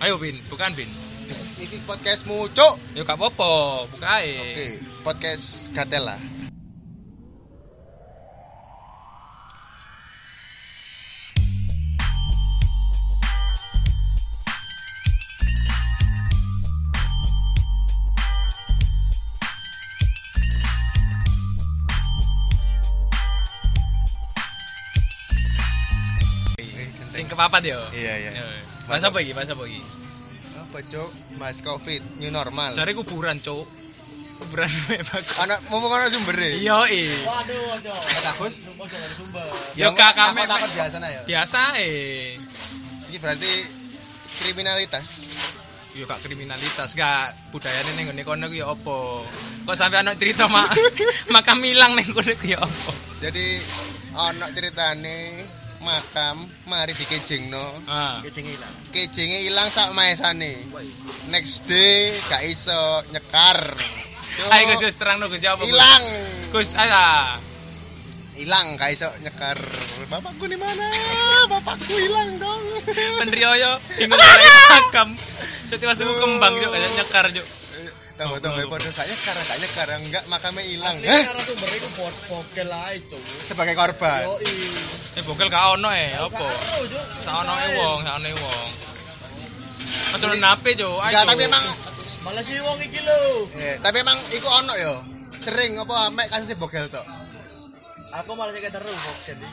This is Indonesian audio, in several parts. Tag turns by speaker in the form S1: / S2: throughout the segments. S1: Ayo Bin, bukan Bin.
S2: TV podcastmu, Cuk.
S1: Ya gak apa-apa, buka ae.
S2: Oke, podcast Gatel lah.
S1: Sing kepapat yo.
S2: Iya, iya.
S1: Yo. Mas apa iki? Mas apa iki?
S2: Apa, Cuk? Mas Covid new normal.
S1: Cari kuburan, Cuk. Kuburan wae bagus.
S2: Anak mau mau ana sumbere.
S1: Iya, eh.
S3: Waduh, ojo.
S2: Takut. Ya,
S3: Ojo ada sumber.
S1: Yo Kak, Iya. kami
S2: takut biasa nah ya.
S1: biasa eh.
S2: Ini berarti kriminalitas.
S1: Yo gak kriminalitas, gak budayane ning ngene kono ku ya apa? Kok sampe ana cerita mak makam ilang ning kono ku ya apa?
S2: Jadi ana ceritane makam mari dikejengno.
S1: Ah.
S3: Kecing hilang.
S2: Kejenge ilang sak maesane. Next day gak iso nyekar. Cuk,
S1: Ayo Gus, Gus terang no Gus jawab. Gus.
S2: Ilang.
S1: Gus, ah.
S2: Hilang gak iso nyekar. Bapakku di mana? Bapakku hilang dong.
S1: Penrioyo bingung karo makam. Cuk tiwas aku kembang cuk kayak nyekar cuk.
S2: Tambah-tambah podo gak nyekar, gak nyekar. Enggak makamnya hilang.
S3: Asli
S2: Heh,
S3: karena sumber itu bot bokel ae, Cuk.
S2: sebagai korban.
S3: Yoi.
S1: Eh bokel gak ono eh apa?
S3: Aduh, Cuk.
S1: Saonoe
S3: Misalnya.
S1: wong, saonoe wong. Ojo nape cuk. ayo,
S2: Enggak,
S1: Cuk.
S2: tapi emang
S3: Malah si wong iki lho.
S2: eh, tapi emang iku ono yo. Sering apa mek kasusnya bogel tok.
S3: Aku malah sing terus bokel iki.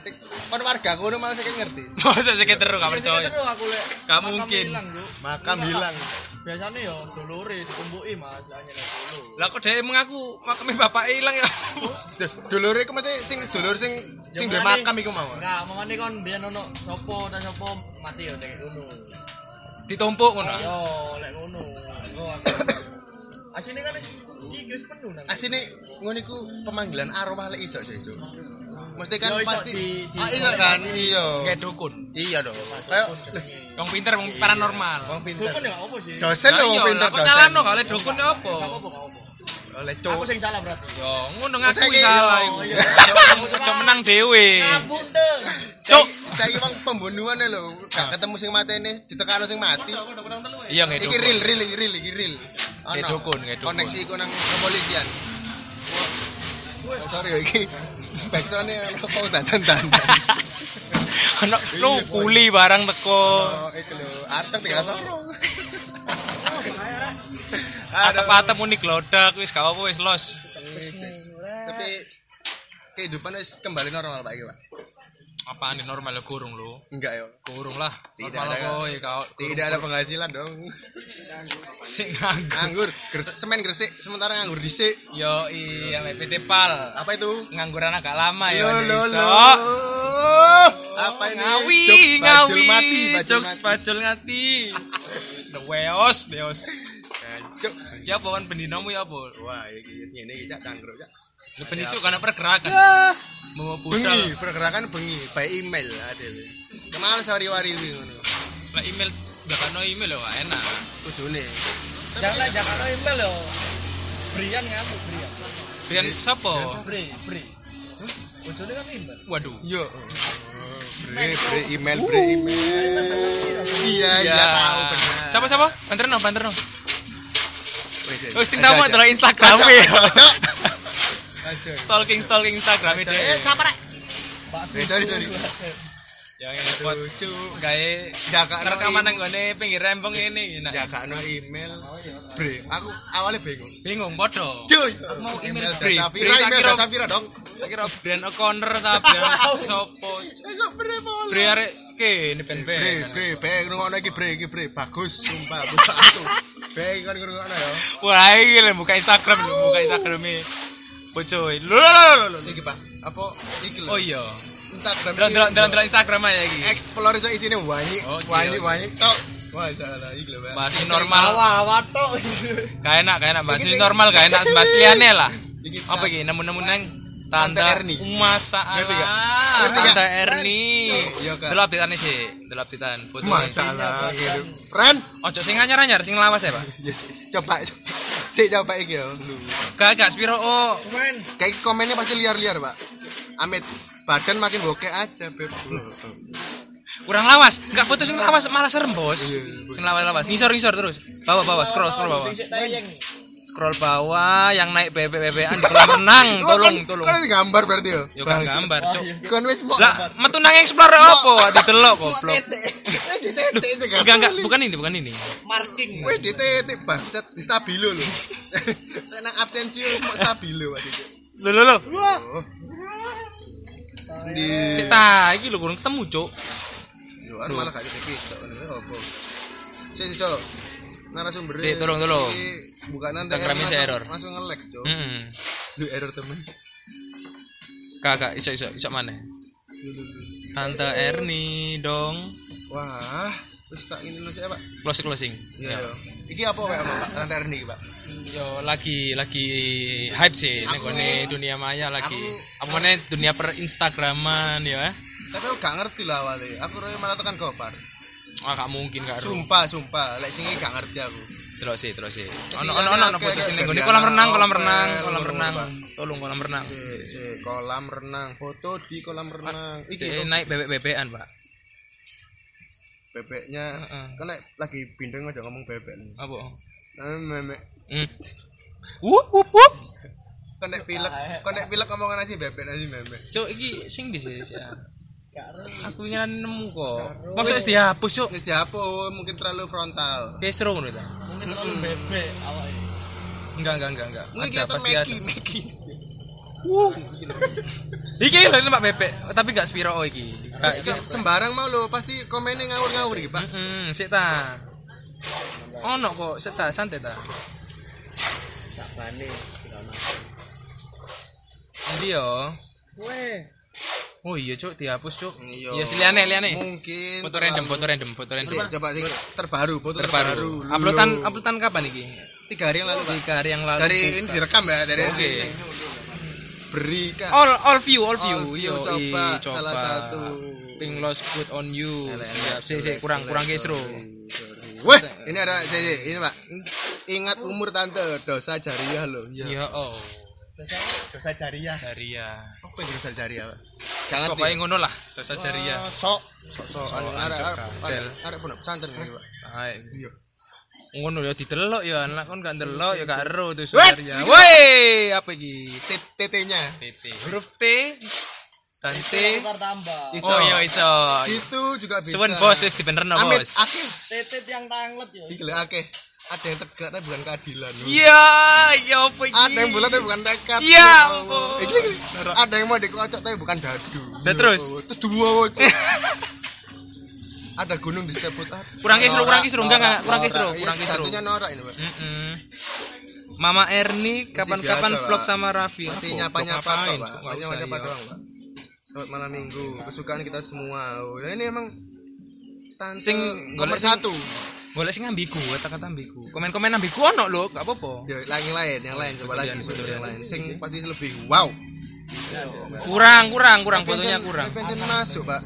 S2: Titik kon warga kono malah sik ngerti.
S1: masa sik terus gak percaya.
S3: Terus aku lek.
S1: Gak
S3: makam
S1: mungkin.
S3: hilang, Cuk.
S2: Makam
S3: Iya,
S2: hilang.
S3: Kak. Biasanya yo dolore dikumpuki Mas, hanya nek dulu.
S1: Lah kok dhewe mengaku makame bapak ilang ya.
S2: Duh, Dulure iku mesti sing dulur sing sing duwe makam iku mau.
S3: Enggak, mamane kon biyen ono sapa ta sapa mati yo nek ngono.
S1: Ditumpuk ngono.
S3: Yo, lek ngono. Yo aku. Asine kan wis iki wis penuh nang.
S2: Asine ngono iku pemanggilan arwah lek iso sih, Cuk. Mesti kan
S3: Yo, iso
S2: pasti
S3: di- di-
S2: Ah, iso kan? Iya.
S1: Kayak dukun.
S2: Iya dong. Kayak
S1: Wong pinter wong paranormal.
S2: wong pinter.
S3: Dukun ya gak apa sih.
S2: Dosen
S1: Lah
S2: lho wong
S1: iya,
S2: pinter
S1: lah kok
S2: dosen.
S1: nyalano gak oleh dukun ya apa?
S3: Gak apa-apa, gak apa-apa.
S2: Oleh
S3: Aku
S2: Cuk.
S3: sing salah berarti.
S1: Yo ngono ngaku
S2: Masa iki-
S1: salah iku.
S3: Oh, iya.
S1: Ojo menang
S2: Eh.
S1: dhewe.
S3: Ngapunten.
S1: Cuk.
S2: Saya iki wong pembunuhan lho. Gak ketemu sing matene, ditekano sing mati. eh.
S1: Iya nggih
S2: Iki
S1: dukun.
S2: real, real, iki real, iki real.
S1: Kayak
S2: Ono.
S1: dukun, kayak dukun.
S2: Koneksi iku nang kepolisian. Oh, sorry ya iki. Backsone ono kok dandan-dandan.
S1: Ono lu kuli barang teko.
S2: Oh, iku lho. Artek tinggal sorong.
S1: Atep-atep unik lodek wis gak apa wis los.
S2: Wis, wis. Tapi kehidupan wis kembali normal Pak iki, Pak.
S1: Apaan ini normal ya kurung lu?
S2: Enggak ya.
S1: Kurung lah.
S2: Tidak
S1: normal
S2: ada kan?
S1: koi kau.
S2: Tidak ada penghasilan dong.
S1: Sing nganggur.
S2: Nganggur, gres- semen gresik sementara nganggur dhisik.
S1: Yo iya mek PT Pal.
S2: Apa itu?
S1: Ngangguran agak lama ya.
S2: Lo,
S1: Nek
S2: lo,
S1: iso.
S2: lo. Apa ini?
S1: Ngawi,
S2: Jokes bajul
S1: ngawi.
S2: mati, bajul
S1: Jokes
S2: mati.
S1: bajul ngati. The weos, deos.
S2: Gancuk.
S1: Ya apa kan bendinomu ya apa?
S2: Wah, iki wis ngene iki cak cangkruk cak.
S1: Lu benisuk karena pergerakan. Mau budal.
S2: Ya. Bengi, pergerakan bengi by email ada. Kemal sori wariwi ngono.
S1: Lah email gak kano email lho, Wak, enak.
S2: Kudune.
S3: Jangan lah, jangan lah email yo. Brian ngamuk Brian.
S1: Brian sapa?
S3: Bri, Bri. Bojone kan email.
S1: Waduh.
S2: Yo. Bre, bre email, bre email. Iya, iya tahu benar.
S1: Siapa siapa? Banterno, banterno.
S2: Wes, wes.
S1: Oh, sing
S2: Aja,
S1: tamu
S2: aja.
S1: adalah Instagram
S2: Aja,
S1: ya.
S2: aja, aja. Aja.
S1: Stalking stalking Instagram
S2: Aja.
S1: itu.
S2: Eh, siapa rek?
S3: Pak
S2: Eh, sorry, sorry.
S1: Ya ini buat
S2: Lucu.
S1: gawe
S2: Ya, Kak, no,
S1: rekaman
S2: ini.
S1: nang gone pinggir rempong ini nah.
S2: Ya gak no email. Bre, aku awalnya bingung.
S1: Bingung podo.
S2: Cuy,
S1: Mau email Bre.
S2: Bre. Safira,
S1: Bre, tak
S2: email
S1: kira-
S2: dari Safira dong.
S1: Tak kira Brian O'Connor ta Brian sopo.
S2: Aku Eh, Bre follow.
S1: Bre arek ke ini ben
S2: Bre,
S1: ben.
S2: Bre, Bre, ngrungokno iki Bre, iki Bre. Bagus, sumpah, buka aku. Bre, iki kan ngrungokno ya.
S1: Wah, iki lho buka Instagram lho, buka Instagram e. Bocoy. Lho lho lho lho, lho.
S2: Iki Pak, apa iki lho?
S1: Oh iya.
S2: Instagram.
S1: Delok
S2: iki
S1: delok delok
S2: lho.
S1: delok Instagram aja iki.
S2: Explore iso isine wanyi,
S1: Oke, oke.
S2: wanyi, wanyi. Tok. Wah, salah iki lho. Pak.
S1: Bahas ini
S2: Sering
S1: normal.
S3: Awak-awak tok.
S1: Gak enak, gak enak. Bahas
S2: Iki
S1: ini
S2: sing-
S1: normal, gak enak. Bahas liane lah.
S2: Iki
S1: Apa
S2: tak-
S1: iki? Nemu-nemu nang
S2: Tante
S1: tanda
S2: Erni.
S1: masa
S2: Ngerti gak?
S1: Allah.
S2: Ngerti gak?
S1: Tante Erni.
S2: Iya, Kak.
S1: Delok updatean sih, delok updatean. Foto.
S2: masalah gitu. Friend,
S1: Ojo sing anyar-anyar, sing lawas ya, Pak.
S2: yes. coba si coba iki yo. Lu.
S1: Gak gak spiro oh.
S3: Men,
S2: Kayak
S1: Hmm,
S2: komennya pasti liar-liar, Pak. Amit, badan makin bokeh aja, Beb.
S1: kurang lawas nggak foto sing lawas malah serem bos
S2: Iya,
S1: sing lawas lawas ngisor ngisor terus bawah bawah scroll scroll bawah scroll bawah yang naik bebek bebekan di kolam renang
S2: Lu
S1: tolong
S2: kan-
S1: tolong
S2: kan gambar berarti ya
S1: yo gak gambar cok
S2: kan wis mau
S1: lah metu nang explore opo ditelok
S2: mau
S1: goblok
S2: tete Di tete sih,
S1: enggak enggak
S2: boleh.
S1: bukan ini bukan ini
S3: Marking.
S2: Wes di titik bangsat di stabilo lho. Nang absensi mau stabilo Pak Dik.
S1: lo lo lo
S2: Di
S1: sik ta iki lho kurang ketemu cok
S2: Yo kan malah gak titik tok ngono kuwi opo. ya Sik cok. Narasumber.
S1: Sik, tolong, tolong.
S2: Bukan nanti
S1: Instagramnya
S2: langsung-
S1: saya error. Hmm.
S2: Langsung nge-lag, Cok.
S1: heeh
S2: Lu error temen.
S1: kakak iso iso iso mana tante Erni dong
S2: Wah, terus tak ini lu sih, Pak.
S1: closing closing
S2: Iya. iya. Iki apa kayak apa, Pak? Nanti Erni, Pak.
S1: Yo lagi lagi hype sih nek
S2: Aku-
S1: kone dunia maya lagi.
S2: aku-
S1: Apa kone dunia per Instagraman ya?
S2: Tapi aku gak ngerti lah awalnya. Aku roy malah tekan kopar.
S1: Wah Ah, gak mungkin gak ru.
S2: Sumpah, sumpah. Lek sing iki gak ngerti aku.
S1: Terus sih, terus sih.
S2: Sing
S1: Ono ono ono ono
S2: ada akeh,
S1: foto sini
S2: kayak
S1: ngone
S2: Ferdiana,
S1: kolam renang, kolam
S2: Novel,
S1: renang, kolam
S2: ngono-ngono,
S1: renang.
S2: Pak.
S1: Tolong kolam renang.
S2: Sik, sik, kolam renang, foto di kolam renang. Iki
S1: Jadi naik bebek-bebekan, Pak.
S2: bebeknya
S1: Heeh.
S2: kan nek lagi bindeng aja ngomong bebek nih
S1: Apa?
S2: Eh, memek
S1: Hmm. Wup wup wup.
S2: kan nek pilek kan nek pilek ngomongan aja bebek aja memek
S1: Cuk, iki sing di sini sih. Aku ingin nemu kok. Maksudnya dihapus, Cuk.
S2: Wis dihapus mungkin terlalu frontal
S1: Kesro ngono ta.
S3: Mungkin terlalu bebek awalnya.
S1: Enggak, enggak, enggak, enggak.
S2: mungkin
S1: Ada
S2: kelihatan
S1: pasti ada.
S2: Meki Meki
S1: Wuh. Iki lho Pak Bebek, tapi gak spiro iki. Gak
S2: Terus kok sembarang mau lo pasti komennya ngawur-ngawur gitu pak
S1: Heeh, Hmm, sik ta. Ono kok, sik ta, santai ta.
S3: Tak bani.
S1: Nanti yo.
S3: Weh.
S1: Oh iya, Cuk, dihapus, Cuk.
S2: Iya.
S1: Iya, sih, liane, liane.
S2: mungkin
S1: Foto random, foto random, foto
S2: terlalu-
S1: random.
S2: Sik, coba sih terbaru foto terbaru
S1: Terbaru.
S2: Lho.
S1: Uploadan uploadan kapan iki?
S2: tiga hari yang lalu pak
S1: Tiga hari yang lalu.
S2: dari ini direkam ya dari
S1: Oke. Oh,
S2: beri kak
S1: All all view, all view.
S2: All view,
S1: Yo,
S2: coba,
S1: i,
S2: salah satu.
S1: Ping lost good on you.
S2: Elek,
S1: Siap,
S2: elek,
S1: sik sik kurang
S2: elek,
S1: kurang
S2: elek,
S1: kesro.
S2: sorry. Wah, ini ada sik, sik, ini pak. Ingat umur tante, dosa jariah loh. Iya.
S1: Yo, oh. ya.
S2: Dosa jariah.
S1: Jariah.
S2: Apa yang dosa jariah pak? Gak ngerti.
S1: Pokoknya ngono lah, dosa jariah.
S2: Wah, Sok, sok, sok. Anu,
S1: Sokan,
S2: arek, arek,
S1: cokak.
S2: arek, arek pondok pesantren ini pak.
S1: Ae.
S2: Iya.
S1: ngono ya didelok ya anak kon gak ndelok ya gak ero tuh
S2: Wes,
S1: sebenarnya.
S2: sedikit.
S1: Woi, apa iki?
S2: Tit- Titenya.
S1: TT. Huruf T dan T.
S3: Ntar tambah.
S2: Iso.
S1: Oh iya iso.
S2: Itu juga bisa.
S1: Suwun bos wis dibenerno
S2: Amit,
S1: bos.
S2: akeh.
S3: Tetet yang tanglet ya.
S2: Gila, akeh. Ada yang tegak tapi bukan keadilan. loh.
S1: Iya, iya apa iki?
S2: Ada yang bulat tapi bukan tekad.
S1: Ya
S2: Allah.
S1: ampun.
S2: Eh, gini, gini. Ada yang mau dikocok tapi bukan dadu.
S1: Dan terus?
S2: Ya Allah. Terus dua wocok. Ada gunung di setiap putar.
S1: Kurang kisru,
S2: Norak,
S1: kurang kisru, enggak
S2: norak,
S1: enggak, kurang
S2: norak.
S1: kisru,
S2: Iya,
S1: kurang kisru.
S2: Satunya norak ini, Pak.
S1: Iya, Mm-mm. Mama Erni kapan-kapan
S2: biasa,
S1: vlog
S2: Pak.
S1: sama Raffi.
S2: Masih
S1: Apa,
S2: nyapa-nyapa
S1: vlog
S2: kok,
S1: apain?
S2: Pak.
S1: Nggak usah,
S2: Nyapa-nyapa
S1: iya.
S2: doang, Pak. Selamat malam Minggu, kesukaan kita semua. Oh, ya ini emang tante
S1: Sing
S2: nomor
S1: golek sing-
S2: satu.
S1: Golek sing ambigu, kata-kata ambigu. Komen-komen ambigu ono lho, gak apa-apa.
S2: Ya, lagi yang lain, yang lain coba
S1: Betul,
S2: lagi
S1: betul,
S2: betul, yang
S1: betul.
S2: lain. Sing pasti lebih wow.
S1: Iya, Kurang, kurang, kurang fotonya
S2: Pencen-
S1: kurang.
S2: pencen masuk, Pak.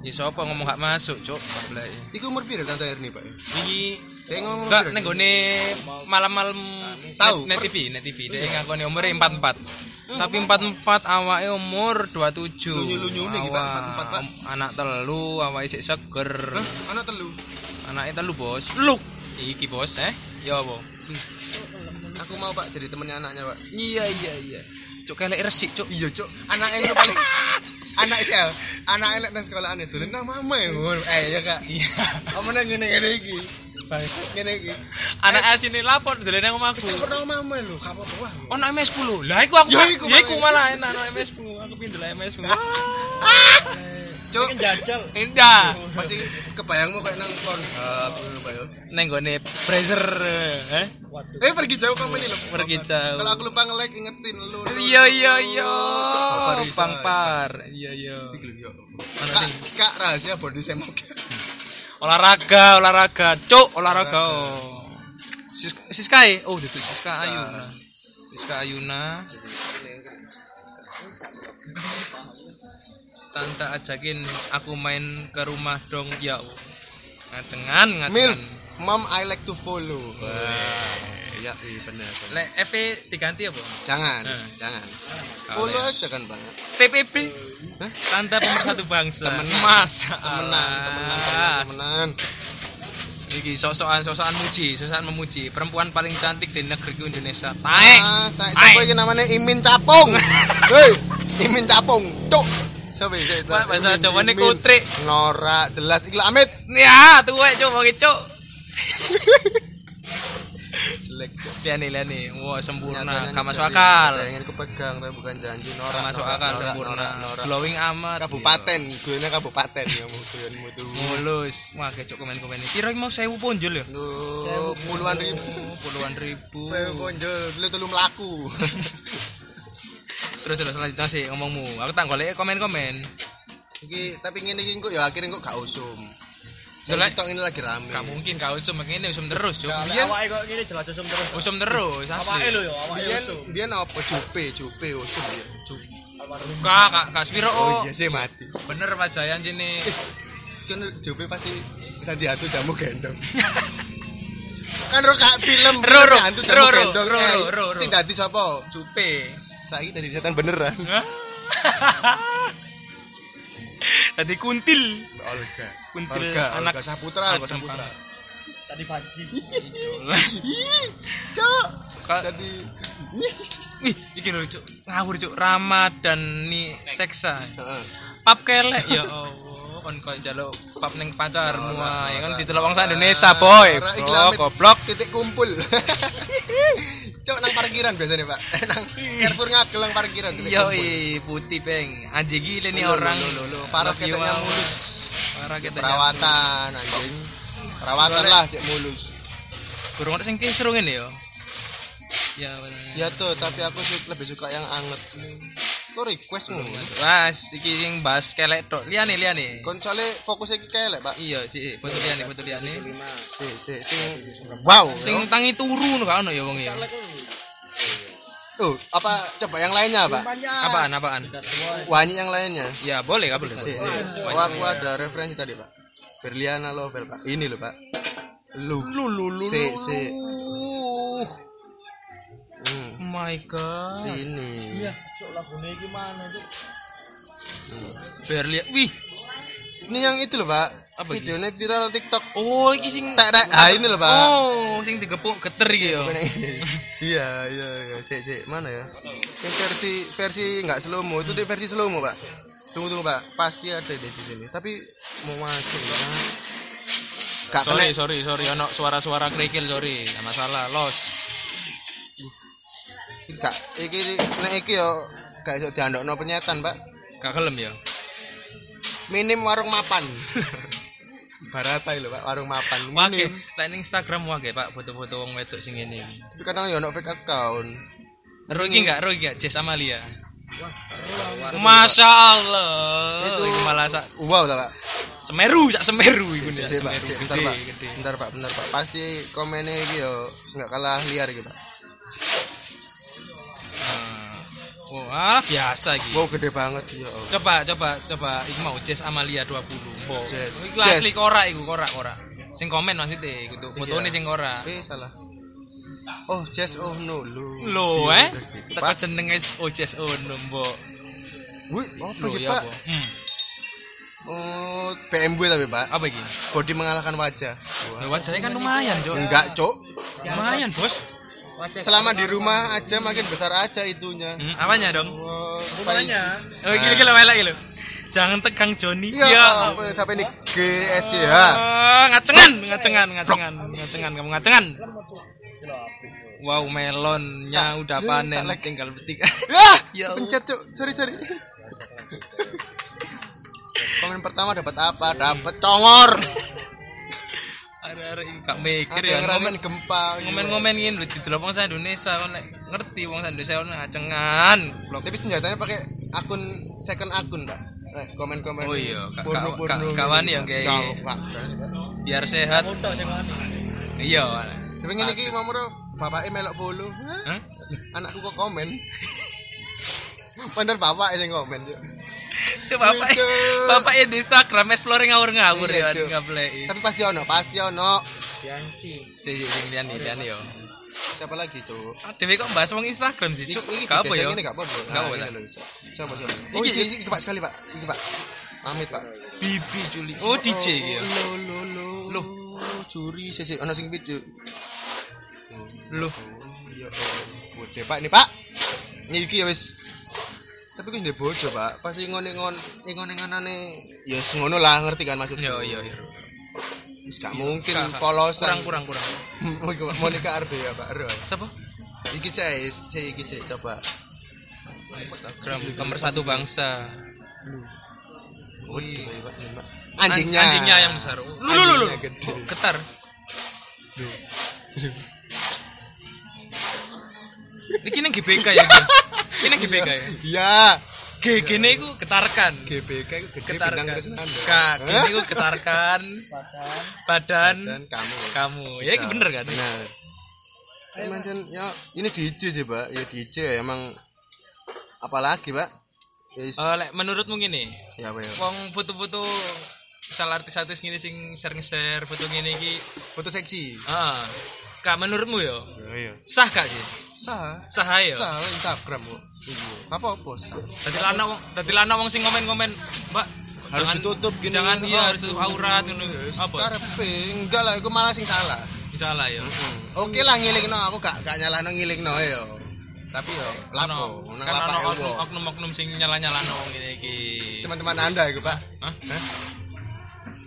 S1: Ya sapa ngomong gak masuk, Cuk. Blek.
S2: Iku umur piro tante Erni, Pak?
S1: Iki
S2: Dia ngomong
S1: Enggak,
S2: piro?
S1: neng gone malam-malam
S2: Tahu.
S1: net, net TV, net TV. Dia ngakoni umurnya 44. Tapi 44 awake umur 27.
S2: Lunyu-lunyune iki, Pak, 44, Pak.
S1: Anak telu, awake isik seger.
S2: Hah? Anak telu.
S1: Anake telu, Bos. Lu iki, Bos, eh. Ya apa?
S2: Aku mau Pak jadi temennya anaknya Pak.
S1: Iya, iya, iya. Cuk kelek resik, cuk.
S2: Iya cok. Anak yang lu paling. anak sel. Anak yang nang sekolahan itu. Nah mama ya. ngono. Eh ya kak.
S1: Iya.
S2: Kamu nang gini gini iki. Baik. Gini iki.
S1: Anak asine lapor dolene ngomong aku.
S2: Cok pernah mama lu. Gak apa-apa wah.
S1: Ono MS10. Lah iku aku.
S2: Ya,
S1: Ya
S2: iku
S1: iku
S2: malah.
S1: malah enak ono MS10. Aku pindul MS10.
S2: Cok.
S3: Kan jajal.
S1: Indah.
S2: Pasti kebayangmu kayak nang kon. Ah, bener, Pak, yo.
S1: Neng gone pressure eh.
S3: Waduh.
S2: Eh pergi jauh kamu nih lo.
S1: Pergi jauh.
S2: Kalau aku lupa nge-like ingetin lu. lu,
S1: Iya
S2: lu,
S1: iya
S2: lu.
S1: iya.
S2: Cok, Bapak Risa.
S1: Bang Par. Iya iya.
S2: Iki lho, yo.
S1: Mana
S2: Kak,
S1: nih?
S2: kak rahasia body semok.
S1: Olahraga, olahraga. Cuk, olahraga.
S2: Olahraga.
S1: oh. Sis Siska eh? Oh, itu Siska Ayuna. Siska Ayuna. Tante ajakin aku main ke rumah dong ya. oh. Ngacengan, ngacengan.
S2: Milf, mom I like to follow. Wah, iya, iya benar.
S1: Lek FE E diganti apa?
S2: Jangan,
S1: Eh.
S2: jangan. Polo aja kan bang.
S1: TPB
S2: Hah?
S1: Tanda Pemersatu Bangsa
S2: Eh? Temenan.
S1: Masa
S2: Temenan, temenan, temenan, temenan.
S1: Iki sok-sokan sok-sokan muji, sok-sokan memuji perempuan paling cantik di negeriku Indonesia.
S2: Ah,
S1: Taek.
S2: tak siapa iki namanya Imin Capung. Hei, Imin Capung. Cuk. Siapa iki?
S1: Wah, bahasa
S2: Imin,
S1: Jawane
S2: Imin.
S1: kutrik.
S2: Norak jelas iki lah, Amit.
S1: Ya, tuwek cuk wong cuk.
S2: Jelek. Cuk.
S1: Lihat nih, lihat nih. Wah, sempurna.
S2: Nyatanya
S1: Kamu masuk
S2: jadi
S1: akal.
S2: ada yang Ingin kepegang tapi bukan janji norak.
S1: Kamu masuk
S2: norak,
S1: akal
S2: norak,
S1: sempurna. iya.
S2: norak, norak.
S1: Glowing amat.
S2: Kabupaten, guyone kabupaten ya mau guyonmu tuh.
S1: Mulus. Wah, kecok komen-komen. Kira mau 1000 ponjol ya?
S2: Lu puluhan ribu.
S1: Oh, Puluhan ribu.
S2: Saya konjol, lu telu mlaku.
S1: Terus terus lanjut Nah, sih ngomongmu. Aku tak golek komen-komen.
S2: Iki tapi ngene iki kok ya akhirnya kok gak usum.
S1: Jelek.
S2: Jelek tok ini lagi rame.
S1: Gak mungkin kau usum begini usum terus, Cuk.
S2: Iya.
S3: Awake kok ngene jelas usum terus.
S1: Usum terus
S3: Awake
S1: asli.
S3: lho ya, awake
S2: Biyen Oh,
S3: usum.
S2: iya, biyen apa jupe, jupe usum ya.
S3: Almarhum.
S1: Kak, kak, kak Spiro.
S2: Oh iya sih mati.
S1: Bener Pak Jayan sini.
S2: Kan jupe pasti tadi atuh jamu gendong. kan ro kak film
S1: Ro, ro,
S2: kan hantu
S1: ro,
S2: jamu
S1: ro,
S2: gendong.
S1: ro,
S2: Eh,
S1: ro, ro, ro.
S2: Sing dadi sapa?
S1: Cupe.
S2: Saiki dadi setan beneran.
S1: Tadi kuntil.
S2: Olga.
S1: Kuntil
S2: Olga,
S1: anak
S2: Olga Saputra, Olga
S1: Ajeng
S2: Saputra.
S1: Pangan.
S3: Tadi panci.
S2: Ih, Cok.
S1: Kak,
S2: Jadi
S1: nih, iki lho cuk. Ngawur cuk. Ramadan ni seksa.
S2: Heeh.
S1: Pap kelek ya Allah. Kon kok njaluk pap ning pacarmu
S2: Ora,
S1: ae. Kan
S2: ora.
S1: didelok wong sak Indonesia, boy.
S2: Ora, iki
S1: Goblok,
S2: lamit.
S1: goblok.
S2: titik kumpul. Cok nang parkiran biasanya, Pak. Nang Carrefour ngagel nang parkiran titik
S1: Yo
S2: kumpul.
S1: putih peng. Anjing gile nih
S2: Lho, lho,
S1: orang.
S2: lho, lho. Parah
S1: Love you,
S2: ketoknya
S1: Aul.
S2: mulus.
S1: Parah ketoknya.
S2: Perawatan anjing. Perawatan
S1: Golek.
S2: lah cek mulus.
S1: Burung ada sing kisru ngene yo. Ya bener.
S2: Ya tuh, tapi aku sih lebih suka yang anget. Lo request mu.
S1: Mas, iki sing bahas kelek tok. Liane liane.
S2: Koncole fokusnya ke kelek, Pak.
S1: Iya, sih, foto liane, foto liane.
S2: Si, si, sing wow.
S1: Sing tangi turu no kan ya wong ya.
S2: tuh, apa coba yang lainnya, Pak?
S1: Apaan apaan?
S2: Wanyi yang lainnya.
S1: Ya boleh kan boleh.
S2: Si, si. Oh, aku
S1: ya.
S2: ada referensi tadi, Pak. Berliana Lovell, Pak. Ini loh, Pak. Lu.
S1: Lu lu lu.
S2: Si,
S1: lu.
S2: si.
S1: Uh,
S2: Hmm.
S1: my god.
S2: Ini.
S3: Iya, cuk lagune iki mana cuk?
S1: Berlian. Wih.
S2: Ini yang itu loh, Pak.
S1: Apa
S2: Videonya viral TikTok.
S1: Oh, iki sing
S2: Tek, tek. Ah, ini loh, Pak.
S1: Oh, iya. sing digepuk geter iki ya. yo.
S2: Bukan ini. iya, iya, iya. Sik, sik. Mana ya? Yang versi versi nggak slow mo itu dia versi slow mo, Pak. Tunggu tunggu, Pak. Pasti ada deh di sini. Tapi mau masuk ya. Gak kena.
S1: Sorry, sorry, sorry, ono suara-suara kerikil, sorry, nggak masalah, los.
S2: Gak iki nek iki yo gak iso diandokno penyetan, Pak.
S1: Gak kelem ya.
S2: Minim warung mapan. Barata lho, Pak, warung mapan.
S1: Wage,
S2: Minim.
S1: lek ning Instagram wage Pak foto-foto wong wedok sing ngene.
S2: Tapi kadang yo ono fake account.
S1: Ero
S2: Hmm.
S1: iki enggak, ero iki enggak Jess Amalia.
S3: Wah,
S1: Masya Allah.
S2: Itu-
S1: Iki malah sak
S2: Wow, ta, Pak.
S1: Semeru, sak Semeru iku
S2: Sik,
S1: nih,
S2: sik,
S1: sak
S2: Pak.
S1: Semeru
S2: Sik, bentar,
S1: Iya, gede,
S2: Pak.
S1: gede.
S2: Bentar, Pak. Bentar, Pak. Pasti komennya iki yo nggak kalah liar gitu, Pak.
S1: Nah. Wah, biasa iki.
S2: Wow, gede banget ya. Allah.
S1: Coba, coba, coba iki mau Jess Amalia 20. Mbok.
S2: Jess,
S1: Iku asli
S2: Jess.
S1: korak iku, korak, korak. Sing komen maksudnya iku tuh fotone
S2: Iya.
S1: sing korak.
S2: Eh salah. Oh, Jazz oh no lu.
S1: Lho, eh. Teko
S2: iya, gitu, Pak.
S1: jenenge oh Jess Ono, Mbok.
S2: Wih, apa
S1: Lho
S2: iki,
S1: ya,
S2: Pak?
S1: Mbok. Hmm.
S2: Oh, BMW tapi, Pak.
S1: Apa iki?
S2: Body mengalahkan wajah.
S1: Ya
S2: Wah.
S1: wajahnya kan lumayan, Cok.
S2: Enggak, Cok.
S1: Lumayan, Bos.
S2: Selama di rumah aja makin besar aja itunya.
S1: Hmm, apanya dong?
S2: Wah,
S3: Rumahnya.
S1: Oh,
S2: Pak.
S1: gila gila welek gila. Jangan tegang Joni. Ya
S2: Iya, apa sampai ini GSH.
S1: Ah, ngacengan, ngacengan, ngacengan, ngacengan, kamu ngacengan. Wow, melonnya
S2: Tak,
S1: udah
S2: eh,
S1: panen,
S2: tak lagi.
S1: tinggal petik.
S2: Wah,
S1: Ya Allah.
S2: pencet, Cok. Sorry, sorry. Komen pertama dapat apa? Dapat congor.
S1: Ada-ada ini gak mikir
S2: Ada
S1: ya.
S2: yang ramen gempa. gitu.
S1: Ngomen-ngomen gini lho didelok wong sa Indonesia kon lek ngerti wong sa Indonesia kon ngacengan. Blok.
S2: Tapi senjatanya pakai akun second akun, Pak. Nah, komen-komen.
S1: Oh iya, Kak- Kak-
S2: Porno- porno
S1: Kak-
S2: gitu,
S1: kawan ya,
S2: Pak.
S1: kayak-
S2: Kak, Pak. Berani, Pak.
S1: Biar sehat.
S3: Foto sing wani.
S1: Iya.
S2: Tapi ngene iki mamro bapake melok follow. Hah?
S1: Hah?
S2: Anakku kok komen. Bener bapak yang komen. Cuk.
S1: Itu bapak
S2: Lucu.
S1: bapak di Instagram exploring ngawur-ngawur ya
S2: Iya, Cuk.
S1: ngapleki.
S2: Tapi pasti ono, pasti ono.
S3: Dianci.
S1: Sing sing liyan liyan yo.
S2: Siapa lagi, Cuk?
S1: Ah, Dewi kok bahas wong Instagram sih, Cuk.
S2: Iki- iki
S1: Gak apa
S2: biasa
S1: ya?
S2: Ini gak apa-apa.
S1: Gak iya. apa,
S2: ini
S1: tak?
S2: lho, Cuk. Siapa siapa? Oh,
S1: Iki-
S2: iki iki Pak sekali, Pak. Iki, Pak. Amit, Pak.
S1: Bibi Juli. Oh, DJ iki ya.
S2: Lo lo lo.
S1: Loh.
S2: curi sih sih ana sing video.
S1: Loh,
S2: Ya oh, Waduh, Pak ini, Pak. Ini iki ya wis. Tapi kuwi ndek bojo, Pak. Pasti ngone-ngon ngone-ngonane ya yes, ngono lah, ngerti kan maksudku.
S1: yo yo yo.
S2: Wis gak mungkin
S1: Iya, Gak, gak.
S2: polosan. Oh,
S1: Kurang kurang kurang.
S2: kurang. Monica Arbe ya, Pak. Ros.
S1: Siapa?
S2: Iki saya, saya iki saya coba.
S1: Instagram pemersatu bangsa.
S2: Oh, iya, Pak, iya, Pak.
S1: An-
S2: Anjingnya.
S1: Anjingnya yang besar. Lu lu lu lu.
S2: Anjingnya gede.
S1: Oh, Getar. Ini kini GBK ya, Ki? Ini nang GBK ya.
S2: Iya,
S1: G gini ku getarkan.
S2: GBK itu gede
S1: Getarkan.
S2: bintang Tresnando.
S1: Kak,
S2: Hah?
S1: gini ku getarkan badan
S2: dan kamu.
S1: kamu. Ya ini bener kan?
S2: Bener. Ini mancen, ya ini DJ sih, Pak. Ya DJ ya, emang apalagi, Pak? Ya, is-
S1: Eh, lek menurutmu gini,
S2: ya apa ya?
S1: wong foto-foto misal artis-artis gini sing share-share foto gini iki.
S2: Foto seksi.
S1: Ah. Kak menurutmu yo
S2: Oh, iya.
S1: sah gak sih?
S2: Sah.
S1: Sah ae yo.
S2: Sah Instagram kok. Iya. Apa apa sah.
S1: Tadi lana wong, tadi lana wong sing komen-komen, Mbak.
S2: Harus ditutup gini,
S1: Jangan
S2: gini.
S1: iya
S2: Oh,
S1: harus tutup aurat ngono. Apa?
S2: Karepe enggak lah, aku malah sing salah.
S1: Salah yo.
S2: Oke lah Hmm. ngilingno aku gak gak nyalahno ngilingno ya. Tapi yo lapo
S1: Ono
S2: nang
S1: kan ono
S2: lapake
S1: oknum-
S2: wong.
S1: oknum-oknum sing nyala-nyalano wong ngene iki.
S2: Teman-teman Anda iku, Pak.
S1: Hah?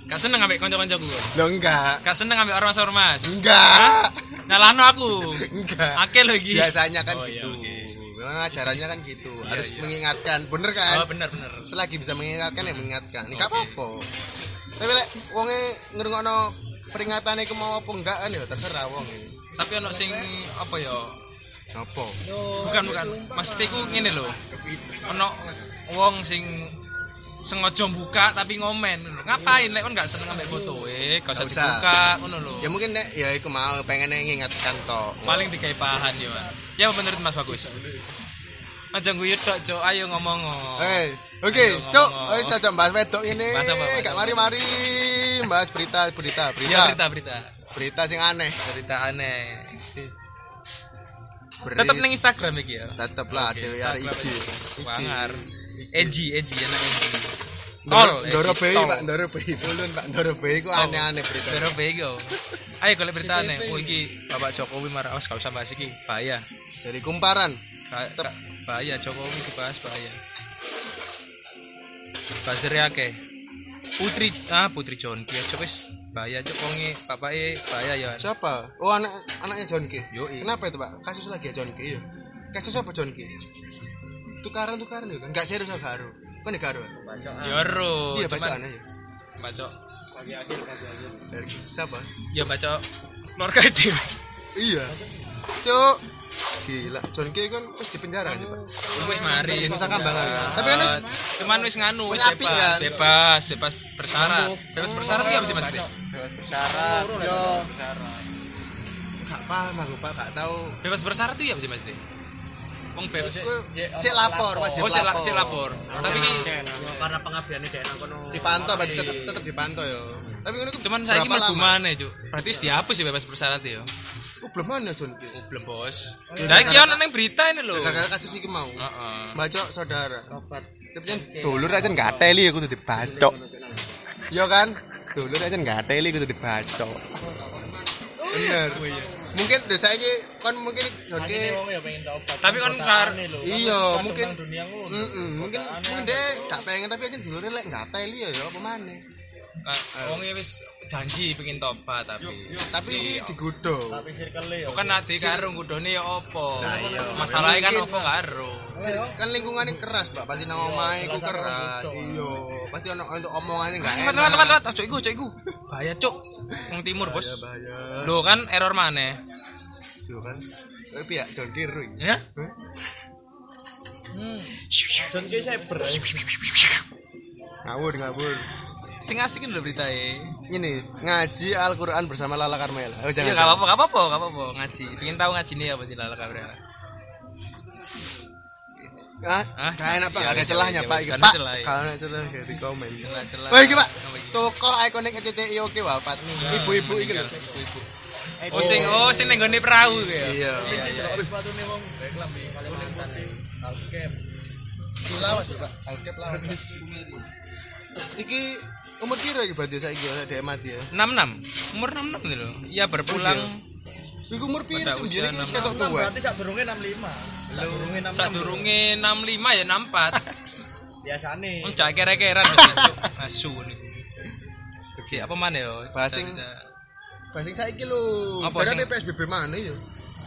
S1: Gak seneng ambek kanca-kancaku. kok.
S2: Loh enggak.
S1: Gak seneng ambek ormas-ormas.
S2: Enggak.
S1: Nyalano aku.
S2: Enggak.
S1: Akeh lho iki.
S2: Biasanya kan
S1: Oh, iya,
S2: gitu.
S1: oke.
S2: Memang ajarannya kan gitu. Harus
S1: iya.
S2: mengingatkan, bener kan?
S1: Oh bener bener.
S2: Selagi bisa mengingatkan ya mengingatkan. Enggak
S1: Oke.
S2: apa-apa. Tapi lek wonge ngrungokno peringatane ku mau apa enggak kan ya terserah wong.
S1: Tapi ono sing apa yo?
S2: Apa?
S1: Bukan bukan. Maksudku iku ngene lho. Ono wong sing sengaja buka tapi ngomen lho. Ngapain lek kon gak seneng ambek foto e, gak usah
S2: Gak usah.
S1: dibuka ngono lho.
S2: Ya mungkin nek ya iku mau pengen ngingatkan tok.
S1: Paling dikai pahan yo. Mas. Ya apa menurut Mas Bagus? Aja guyu tok, Cok. Ayo ngomong.
S2: Hei, oke,
S1: Ayo,
S2: cok,
S1: ngomong.
S2: wis aja bahas wedok ini.
S1: Bahas apa, Pak?
S2: Kak mari-mari bahas berita, berita, berita.
S1: Ya berita berita.
S2: Berita sing aneh.
S1: Berita aneh.
S2: Beri-
S1: Tetep neng Instagram iki ya.
S2: tetep lah
S1: Oke,
S2: dhewe arek
S1: Instagram
S2: iki.
S1: aja.
S2: Iki.
S1: Wangar.
S2: Iki.
S1: Eji, Eji enak Eji.
S2: Ndoro-
S1: Tol, Eji,
S2: Ndoro Bayi,
S1: tol.
S2: Pak, Ndoro Bayi ulun, Pak, Ndoro Bayi ku aneh-aneh berita.
S1: Doro bego. Ayo golek berita aneh. Oh iki Bapak Jokowi marah awas gak usah bahas iki. Bahaya.
S2: Dari kumparan.
S1: Ka- ka- bahaya Jokowi dibahas bahaya. Basir akeh. Putri ah Putri John Ki aja wis. Bahaya Jokowi, bapake bahaya ya.
S2: Siapa? Oh, anak anaknya John K.
S1: Yoi.
S2: Kenapa itu, Pak? Kasus lagi ya John K ya. Kasus apa John K? Tukaran-tukaran ya kan? Enggak serius ya Garo. Kan ya Garo.
S1: Ya ro.
S2: Iya,
S1: cuman-
S2: bacaannya ya.
S1: Bacok.
S2: Dari siapa?
S1: Ya bacok. Keluarga dhewe.
S2: Iya. Cuk. Gila, John K kan terus di penjara aja, Pak.
S1: Wis mari.
S2: Nusa Kambangan.
S1: Ya.
S2: Tapi kan wis-
S1: cuman wis nganu wis
S2: Wis apik
S1: bebas,
S2: kan?
S1: bebas, bebas bersyarat. Bebas bersyarat ya mesti Mas.
S3: Syarat.
S2: Yo. Gak paham aku, Pak, gak tahu.
S1: Bebas bersyarat itu ya mesti Mas. Wong bebas.
S2: Ku- Sik lapor,
S1: Oh,
S2: wajib lapor.
S1: sik la- sik lapor. Tapi iki
S3: Karena pengabdiannya dia nang kono.
S2: Dipantau, berarti tetep tetep dipantau yo. Tapi ngono ku
S1: cuman saiki
S2: berapa
S1: mlebu
S2: lama?
S1: maneh, Cuk. Berarti wis dihapus ya bebas bersyarat ya.
S2: Ku belum mana John K.
S1: Belum, Bos.
S2: Iya,
S1: Lah iki
S2: karena-
S1: ono ning berita ini lho.
S2: Gara-gara kasus iki mau.
S1: Heeh.
S2: Bacok saudara.
S3: Obat.
S2: Tapi kan dulur aja nggak teli aku tuh dibacok. Yo kan, dulur aja nggak teli aku tuh dibacok. Bener.
S1: Oh, iya.
S2: Mungkin desa ini kan mungkin oke.
S3: Ini wong ya pengen tak obat.
S1: Tapi kan
S3: Kotaan
S1: kar- Hmm.
S3: nih lho.
S2: Iya,
S3: Kan
S2: mungkin.
S3: tentang dunia ngono.
S2: Mm-mm, mungkin mungkin deh gak pengen tapi aja dulurnya lek nggak teli ya ya apa maneh.
S1: Ka- Wong iki wis janji pengen tobat tapi.
S2: Tapi ini digodho.
S3: Tapi circle ya.
S1: Yo kan ade karo ngudone ya opo.
S2: Nah, iya.
S1: Masalahnya kan
S2: Mungkin-
S1: opo karo.
S2: Sir, Kan lingkungannya keras, Pak. Pasti nang omahe ku keras. Iya, pasti ono untuk omongannya enggak
S1: Lewat
S2: enak.
S1: lewat lewat lewat. Oh, Cuk iku, cuk iku. Bahaya, Cuk. Wong timur, Bos.
S2: Bahaya.
S1: Lho kan error maneh.
S2: Tuh kan. Eh, pihak John Kirui.
S1: Ya.
S3: John K cyber.
S2: Ngawur, ngawur.
S1: Sing asik ini lho e. beritae.
S2: ini ngaji Al-Qur'an bersama Lala Karmela. Oh
S1: Iya
S2: jangan.
S1: gak apa-apa, gak apa-apa, gak apa-apa ngaji. Pengen tahu ngaji nih apa sih Lala Gabriela.
S2: Ah,
S1: Ah,
S2: gak enak Pak,
S1: iya,
S2: gak ada
S1: iya,
S2: celahnya
S1: iya,
S2: Pak.
S1: iya,
S2: Iki,
S1: gak ada
S2: Pak.
S1: celah, iya.
S2: Gak ada celah gak di komen.
S1: Celah-celah.
S2: Wah, iki Pak.
S1: Apa iki?
S2: Toko ikonik CTI oke wafat nih. Ibu-ibu iki lho.
S1: Meninggal,
S2: Eh,
S1: Nah, Ibu-ibu. Oh sing oh sing ning nggone perahu ku ya.
S2: Iya.
S1: Iya iya.
S3: Kalau sepatu nih wong reklam di Kalimantan nih. Alkem.
S2: Iki lawas Pak. Alkep lawas. Pak. Iki umur kira iki berarti saiki ya dhek mati ya.
S1: 66. Umur 66 gitu loh. Iya berpulang
S2: Iku umur piro
S1: Pada
S2: cem
S1: usia
S2: biyen iki wis
S1: 66.
S2: ketok tuwa.
S3: Berarti sak durunge 65. Sak durunge
S2: Iya.
S3: 66.
S1: sak durunge 65 ya 64.
S3: biasane.
S1: Wong cak kere-keran wis entuk. asu niku. Si apa oh? mana yo?
S2: Bahas sing- Basing saiki lho.
S1: Apa
S2: Apa
S1: sing-
S2: PSBB mana ya?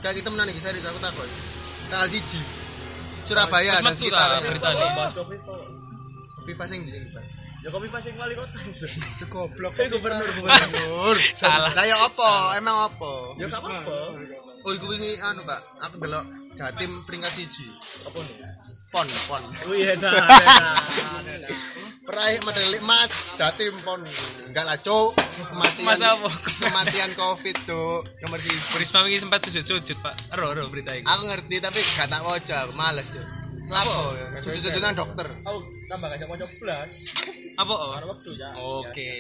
S2: Kayak kita menan iki serius aku takon. Tanggal 1 Surabaya
S1: Wis
S2: dan
S1: metu ta
S2: sekitarnya.
S1: berita nih.
S3: Bahas Covid.
S2: FIFA sing ndi Pak?
S3: Ya kopi pas wali kota.
S2: Itu goblok.
S3: Eh gubernur gubernur.
S2: Nur.
S1: Salah.
S2: Lah ya apa? Emang apa?
S3: Ya gak apa-apa.
S2: Oh iku wingi anu Pak, aku delok Jatim peringkat 1.
S3: Apa nih?
S2: Pon, pon.
S3: Wih, enak, enak.
S2: Peraih medali emas Jatim pon. Enggak lah, Cuk. Kematian.
S1: Mas apa?
S2: Kematian Covid, Cuk. Nomor 1.
S1: Prisma wingi sempat sujud-sujud, Pak. Ero ero berita iku.
S2: Aku ngerti tapi gak tak waca, males, Cuk. Lapo? Cucu-cucunan dokter.
S3: Aku tambah gak mau coblas.
S1: Apa? oh?
S3: Karena waktu ya.
S1: Oke.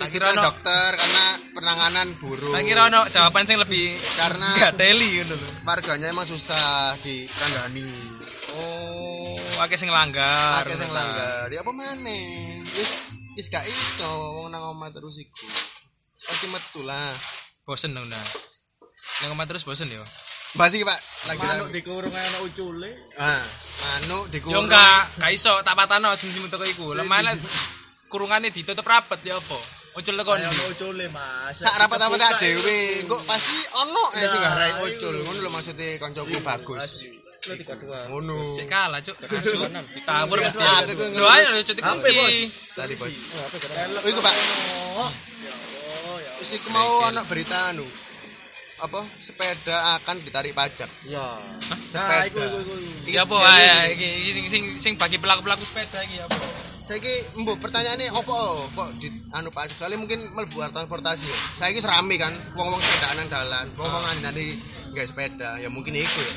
S1: Tak kira ono
S2: Sakitnya kan dokter karena penanganan buruk.
S1: tak kira ono jawaban sing lebih
S2: Karena
S1: gak teli gitu loh.
S2: warganya emang susah dikandani.
S1: Oh, akeh sing langgar.
S2: Akeh sing langgar. Ya apa maneh? Wis wis gak iso wong nang omah terus iku. Oke metu lah.
S1: Bosen dong nah. Nang omah terus bosen yo.
S2: Mbak sih, Pak, lagi
S3: Manuk dikurung ana ucule.
S2: Ah, manuk
S1: Yo
S2: dikurung.
S1: enggak, gak iso tak patano sing metu kok iku. Lah malah kurungane ditutup rapet ya apa? Ucul tekon.
S3: Kayak ana ucule, Mas.
S2: Sak rapat-rapat tak
S3: Kebuka
S2: dhewe. Engko pasti ono eh sing
S3: Nah,
S2: garai
S3: iya.
S2: ucul. Ngono lho maksudnya kancaku bagus.
S3: Asli. Lo tiga dua.
S2: Ngono.
S1: Sik kalah, Cuk. Asu. Ditawur mesti.
S2: Iya, aku ngerti.
S1: Lho ayo Cuk
S3: Sampai,
S1: dikunci.
S2: Tadi, Bos.
S3: Elok.
S2: Oh, iku, Pak.
S3: Oh, ya.
S2: Wis iku mau ono berita anu. Apa? Sepeda akan ditarik pajak.
S3: Ya.
S2: Sepeda.
S3: iku, iku, iku. Ah,
S1: Iki Ya, apa
S2: saya-
S1: ae iki iki sing sing sing bagi pelaku-pelaku sepeda iki ya, apa?
S2: Saiki mbuh pertanyaane opo kok di anu Pak kali mungkin mlebu transportasi ya. Saiki serame kan wong-wong sepedaan nang dalan, wong-wong andane nggak sepeda ya mungkin iku ya.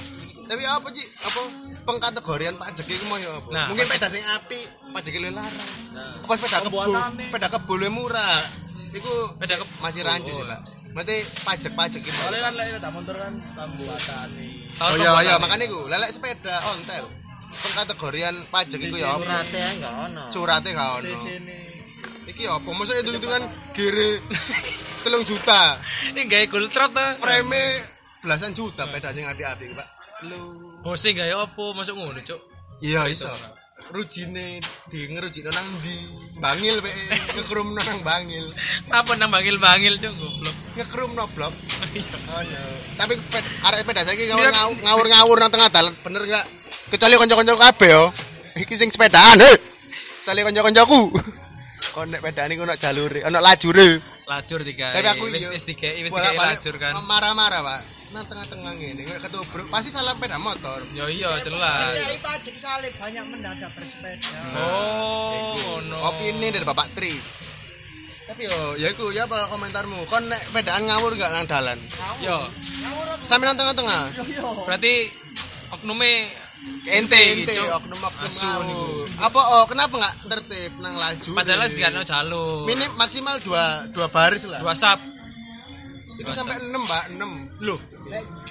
S2: Tapi apa Ci? Apa pengkategorian pajak iku mau ya apa?
S1: Nah,
S2: mungkin
S1: pajak-
S2: sepeda sing apik, pajak lu larang.
S3: Nah.
S2: Apa sepeda kebo?
S3: Pembuatane.
S2: Sepeda kebo lu murah. Iku
S1: Sepeda kebo.
S2: masih rancu sih, Pak. Berarti pajak-pajak iki.
S3: Soalnya kan lek tak motor kan pembuatan nih.
S2: Oh iya
S1: kan
S2: iya makane iku lelek sepeda ontel. Pengkategorian pajak iku ya apa?
S4: Curate ya enggak ono.
S2: Curate gak ono.
S3: Sini.
S2: Iki apa? Masa hitung-hitungan gere telung juta.
S1: Ini gawe gultrot ta.
S2: Frame belasan juta beda sing api-api, Pak. Lu.
S1: Bose gawe opo masuk ngono, Cuk.
S2: Iya iso. Rujine di ngerujine nang ndi? Bangil pe ngekrumno nang bangil.
S1: Apa nang bangil-bangil, Cuk, goblok.
S2: Ngekrumno blok.
S1: Iya.
S2: Oh, Tapi ped, arek sepeda saiki
S1: Dia-
S2: ngawur- ngawur-ngawur nang tengah dalan bener gak? Kecuali kanca-kanca kabeh yo. Iki sing sepedaan, heh. Kecuali kanca-kancaku. Kon nek pedane ku ono jalure, ono lajure.
S1: lajur tiga
S2: tapi aku
S1: wis
S2: iya,
S1: wis tiga wis tiga
S2: bolak-balik
S1: lajur kan
S2: marah-marah pak nah tengah-tengah gini kayak ketubruk pasti salah sepeda motor
S1: yo iya jelas
S4: Kiai Pajek Saleh banyak mendadak bersepeda.
S1: oh ngono
S2: opini dari bapak Tri tapi yo ya iku ya apa komentarmu kon nek sepedaan ngawur gak nang dalan
S1: yo
S2: sampe nang tengah-tengah
S1: berarti oknume
S2: ente
S1: Iki,
S2: ente
S1: Cuk.
S2: oknum oknum
S1: Asu niku.
S2: ngawur. apa oh kenapa gak tertib nang lajur
S1: padahal wis gak ono jalur
S2: minim maksimal dua dua baris lah
S1: dua sap
S2: itu
S1: dua
S2: sampai enam pak enam
S1: lho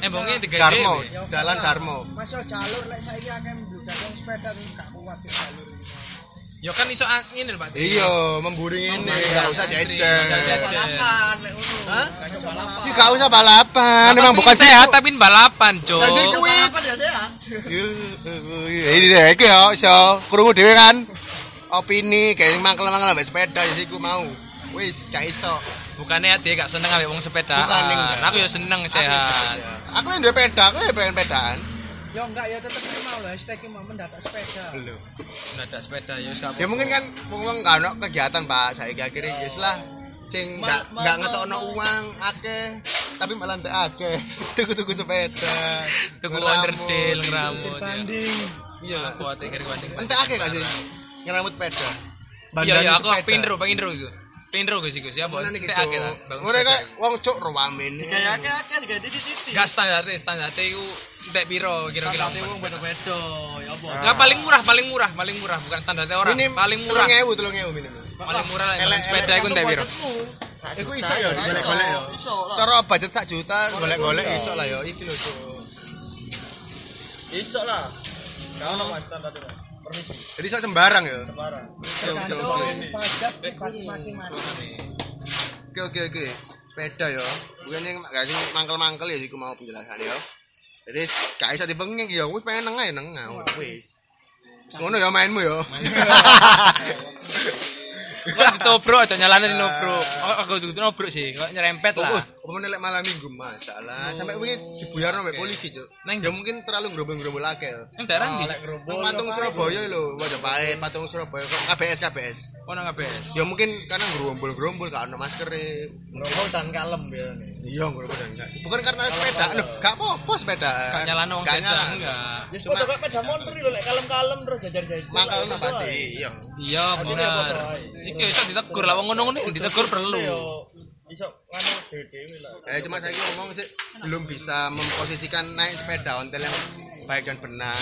S1: embongnya tiga
S2: Darmo
S1: dhewe.
S2: jalan Darmo
S4: Masuk jalur lek saiki akeh mbludak wong sepeda terus gak kuat sih jalur. ini.
S1: yo kan iso an- ngene lho Pak
S2: Iya, memburing ini,
S1: Mas,
S2: nggak usah
S1: antri, nggak usah
S2: jejer.
S1: jejer.
S4: Balapan lek ngono.
S2: Hah?
S4: Gak iso balapan.
S2: Ini gak usah balapan,
S1: Apa
S2: memang
S1: pingin
S2: bukan sehat.
S1: tapi balapan cok
S2: Banjir kuit.
S4: Balapan ya sehat.
S2: Iya, Ini deh, iki ya, iso krungu dhewe kan. Opini kayak mangkel-mangkel ambek sepeda ya iku mau. Wis, gak iso.
S1: bukannya dia gak seneng ambek wong sepeda
S2: Bukannya enggak.
S1: aku yo seneng sehat
S2: Aku yang duwe peda, aku yang pengen pedaan.
S4: Yo enggak ya tetep ki mau lho hashtag ki mau mendadak sepeda.
S2: Belum.
S1: ndak sepeda yo wis gak
S2: Ya mungkin kan wong-wong gak ono kegiatan, Pak. Saiki akhirnya ya lah sing
S4: Ma-
S2: gak
S4: ma-
S2: gak
S4: ma-
S2: ngetokno
S4: ma-
S2: uang akeh tapi malah entek akeh tuku-tuku sepeda
S1: tuku
S2: ngeramu.
S1: underdeal ngramut ya
S4: Banding.
S2: iya
S1: aku ate kari banting
S2: Ente akeh gak sih ngeramut peda?
S1: iya iya aku pindro pindro iku pindro guys iku siapa
S2: Mana nih
S1: Tek akeh lah,
S2: cuk?
S1: bangun
S2: Ora
S1: sepeda.
S2: kok wong cuk ramen.
S3: Kayak akeh-akeh diganti titik.
S1: Gak standar standar iku entek piro kira-kira.
S3: Tapi wong beda-beda. Ya apa?
S1: Enggak paling murah, paling murah, paling murah bukan standar orang.
S2: Minim
S1: paling murah.
S2: 3000 3000 minim.
S1: Paling murah
S2: Elek-
S1: sepeda
S2: elek
S1: iku entek piro?
S2: Iku iso ya digolek-golek ya.
S3: Iso lah.
S2: Cara budget sak juta golek-golek iso lah ya. Iki lho Cuk.
S3: Iso lah. Kau lah mas tanpa tuh permisi
S2: Jadi iso sembarang ya.
S3: barang.
S2: Oke oke oke.
S4: Tergantung pajak bukan masing-masing.
S2: Oke oke oke. Beda ya. Bukan yang gak sing mangkel-mangkel ya iku mau penjelasan ya. Jadi gak iso dibengek ya wis pengen nengah ya nengah udah, wis. Wis ngono ya mainmu ya.
S1: Kok ditobrok aja nyalane di nobrok. Oh, Aku tuh nobrok sih, kok nyerempet lah.
S2: Oh, pemen lek malam minggu masalah. Sampai wingi dibuyarno mbek polisi, Cuk.
S1: Neng
S2: Ya mungkin terlalu ngerombol-ngerombol akeh. ya.
S1: Nang daerah ndi?
S2: Nang patung Surabaya lho, wajah pahit patung Surabaya kok KBS KBS.
S1: Oh, nang ABS.
S2: Ya mungkin karena gerombol-gerombol gak ono masker e.
S3: Ngerokok dan kalem biasanya.
S2: Iya, gerombol dan gak. Bukan karena sepeda, lho, gak apa-apa sepeda.
S1: Gak nyalane wong
S2: Gak
S1: sedah
S2: nyala.
S1: enggak.
S3: Ya sepeda kok peda motor lho lek kalem-kalem terus jajar-jajar.
S2: Mangkal no pasti, iya.
S1: Iya,
S3: Hasilnya
S1: bener.
S3: apa, Bray?
S1: Iki iso ditegur lah wong ngono-ngono ditegur
S3: Iya.
S1: perlu.
S3: Iso nganu dhewe lah.
S2: Saya Eh, cuma saya ngomong sih belum bisa memposisikan naik sepeda ontel yang baik dan benar.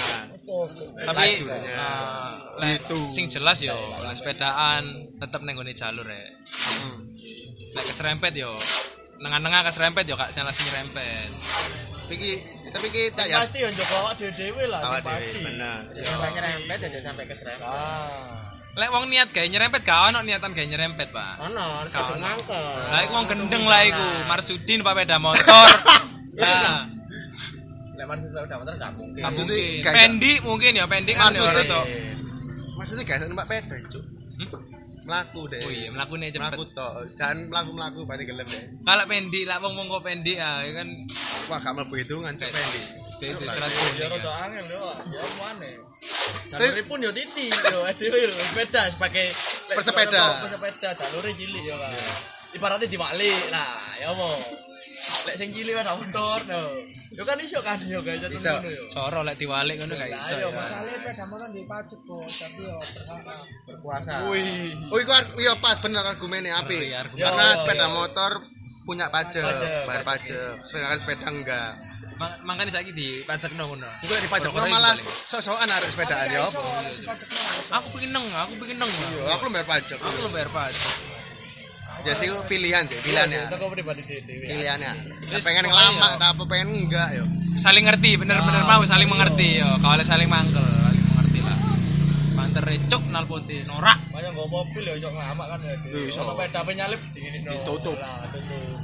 S1: Tapi
S2: Lajurnya.
S1: eh, lek
S2: Itu.
S1: sing jelas yo lek sepedaan tetep nang nggone jalur ya.
S2: Hmm.
S1: Lek keserempet yo nengah-nengah keserempet yo gak nyala sing nyerempet.
S2: Tapi ki- tapi kita ya
S3: Pasti yo njogo awak dhewe lah
S2: awak
S3: sing
S2: dhewe
S3: pasti.
S2: benar.
S5: nyerempet aja sampai ke serempet.
S3: Ah.
S1: Lek wong niat gawe nyerempet gak ono niatan gawe nyerempet, Pak.
S5: Ono,
S1: Gak
S5: satu
S1: ono.
S5: mangkel.
S1: Lah iku wong gendeng lah iku, Marsudin Pak peda motor. Nah,
S3: Lek mari sepeda motor gak mungkin.
S1: gak
S2: Maksudnya
S1: mungkin.
S2: gak-
S1: Pendik mungkin ya, pendik kan ya
S2: Maksudnya-
S1: ora tok.
S2: Maksudnya guys, numpak sepeda, Cuk.
S1: Hmm?
S2: Melaku deh.
S1: Oh iya, mlakune cepet.
S2: Melaku tok. Jangan melaku-melaku bari gelem deh.
S1: Kalau pendik lah wong wong kok pendik ah ya kan
S2: Wah, gak mlebu hitungan Cuk
S1: Kayak-
S2: Fendi.
S1: Itu surat kuning, ya.
S3: Ya rada angel yo. Ya apa aneh.
S2: Tapi-
S3: Jalur pun yo titi yo dhewe lho sepeda sebagai lek
S2: Bersepeda.
S3: sepeda- Bersepeda jalure cilik yo kan. Ibaratnya dibalik lah, ya apa? Lek sing cilik ada motor no. Yo kan iso kan yo guys, yo
S2: Iso.
S3: ngono yo.
S1: Soro lek diwalik ngono gak iso
S3: Ayo,
S1: ya.
S3: Mas.
S4: Soalnya sepeda motor di pajak kok, tapi ya berapa?
S3: Puasa. Wih.
S2: Oh iku ar- iya pas bener argumennya api.
S1: Ngeri argumen.
S2: Karena
S3: Yo,
S2: sepeda
S3: yo.
S2: motor punya pajak,
S3: Pajak,
S2: bayar
S3: pajak.
S2: pajak. Sepeda kan sepeda enggak.
S1: Ma- Makane saiki di pajakno ngono.
S2: Juga di pajak
S1: Perkara
S2: malah
S1: dibalik.
S2: sok-sokan arek sepedaan ya apa.
S1: Aku pengen neng, aku pengen neng.
S2: Yo, Aku lu bayar pajak.
S1: Aku lu bayar pajak.
S2: Ya sih itu pilihan ya. Iya. sih, pilihannya.
S3: Itu kok pribadi dhewe.
S2: Pilihannya.
S1: Wis,
S2: Pengen
S1: pokoknya
S2: ngelama
S1: yo.
S2: tak apa pengen enggak ya. yo.
S1: Saling ngerti, bener-bener
S2: Ah,
S1: mau
S2: iya.
S1: saling mengerti yo. Kalau saling mangkel, saling mengerti lah. Panter recuk nalpote norak.
S3: Kaya nggo mobil ya iso ngelamak kan ya.
S2: Lho, Iya, iso.
S3: Ono Sepeda pe nyalip dingin
S2: Ditutup.
S3: Lah, tutup.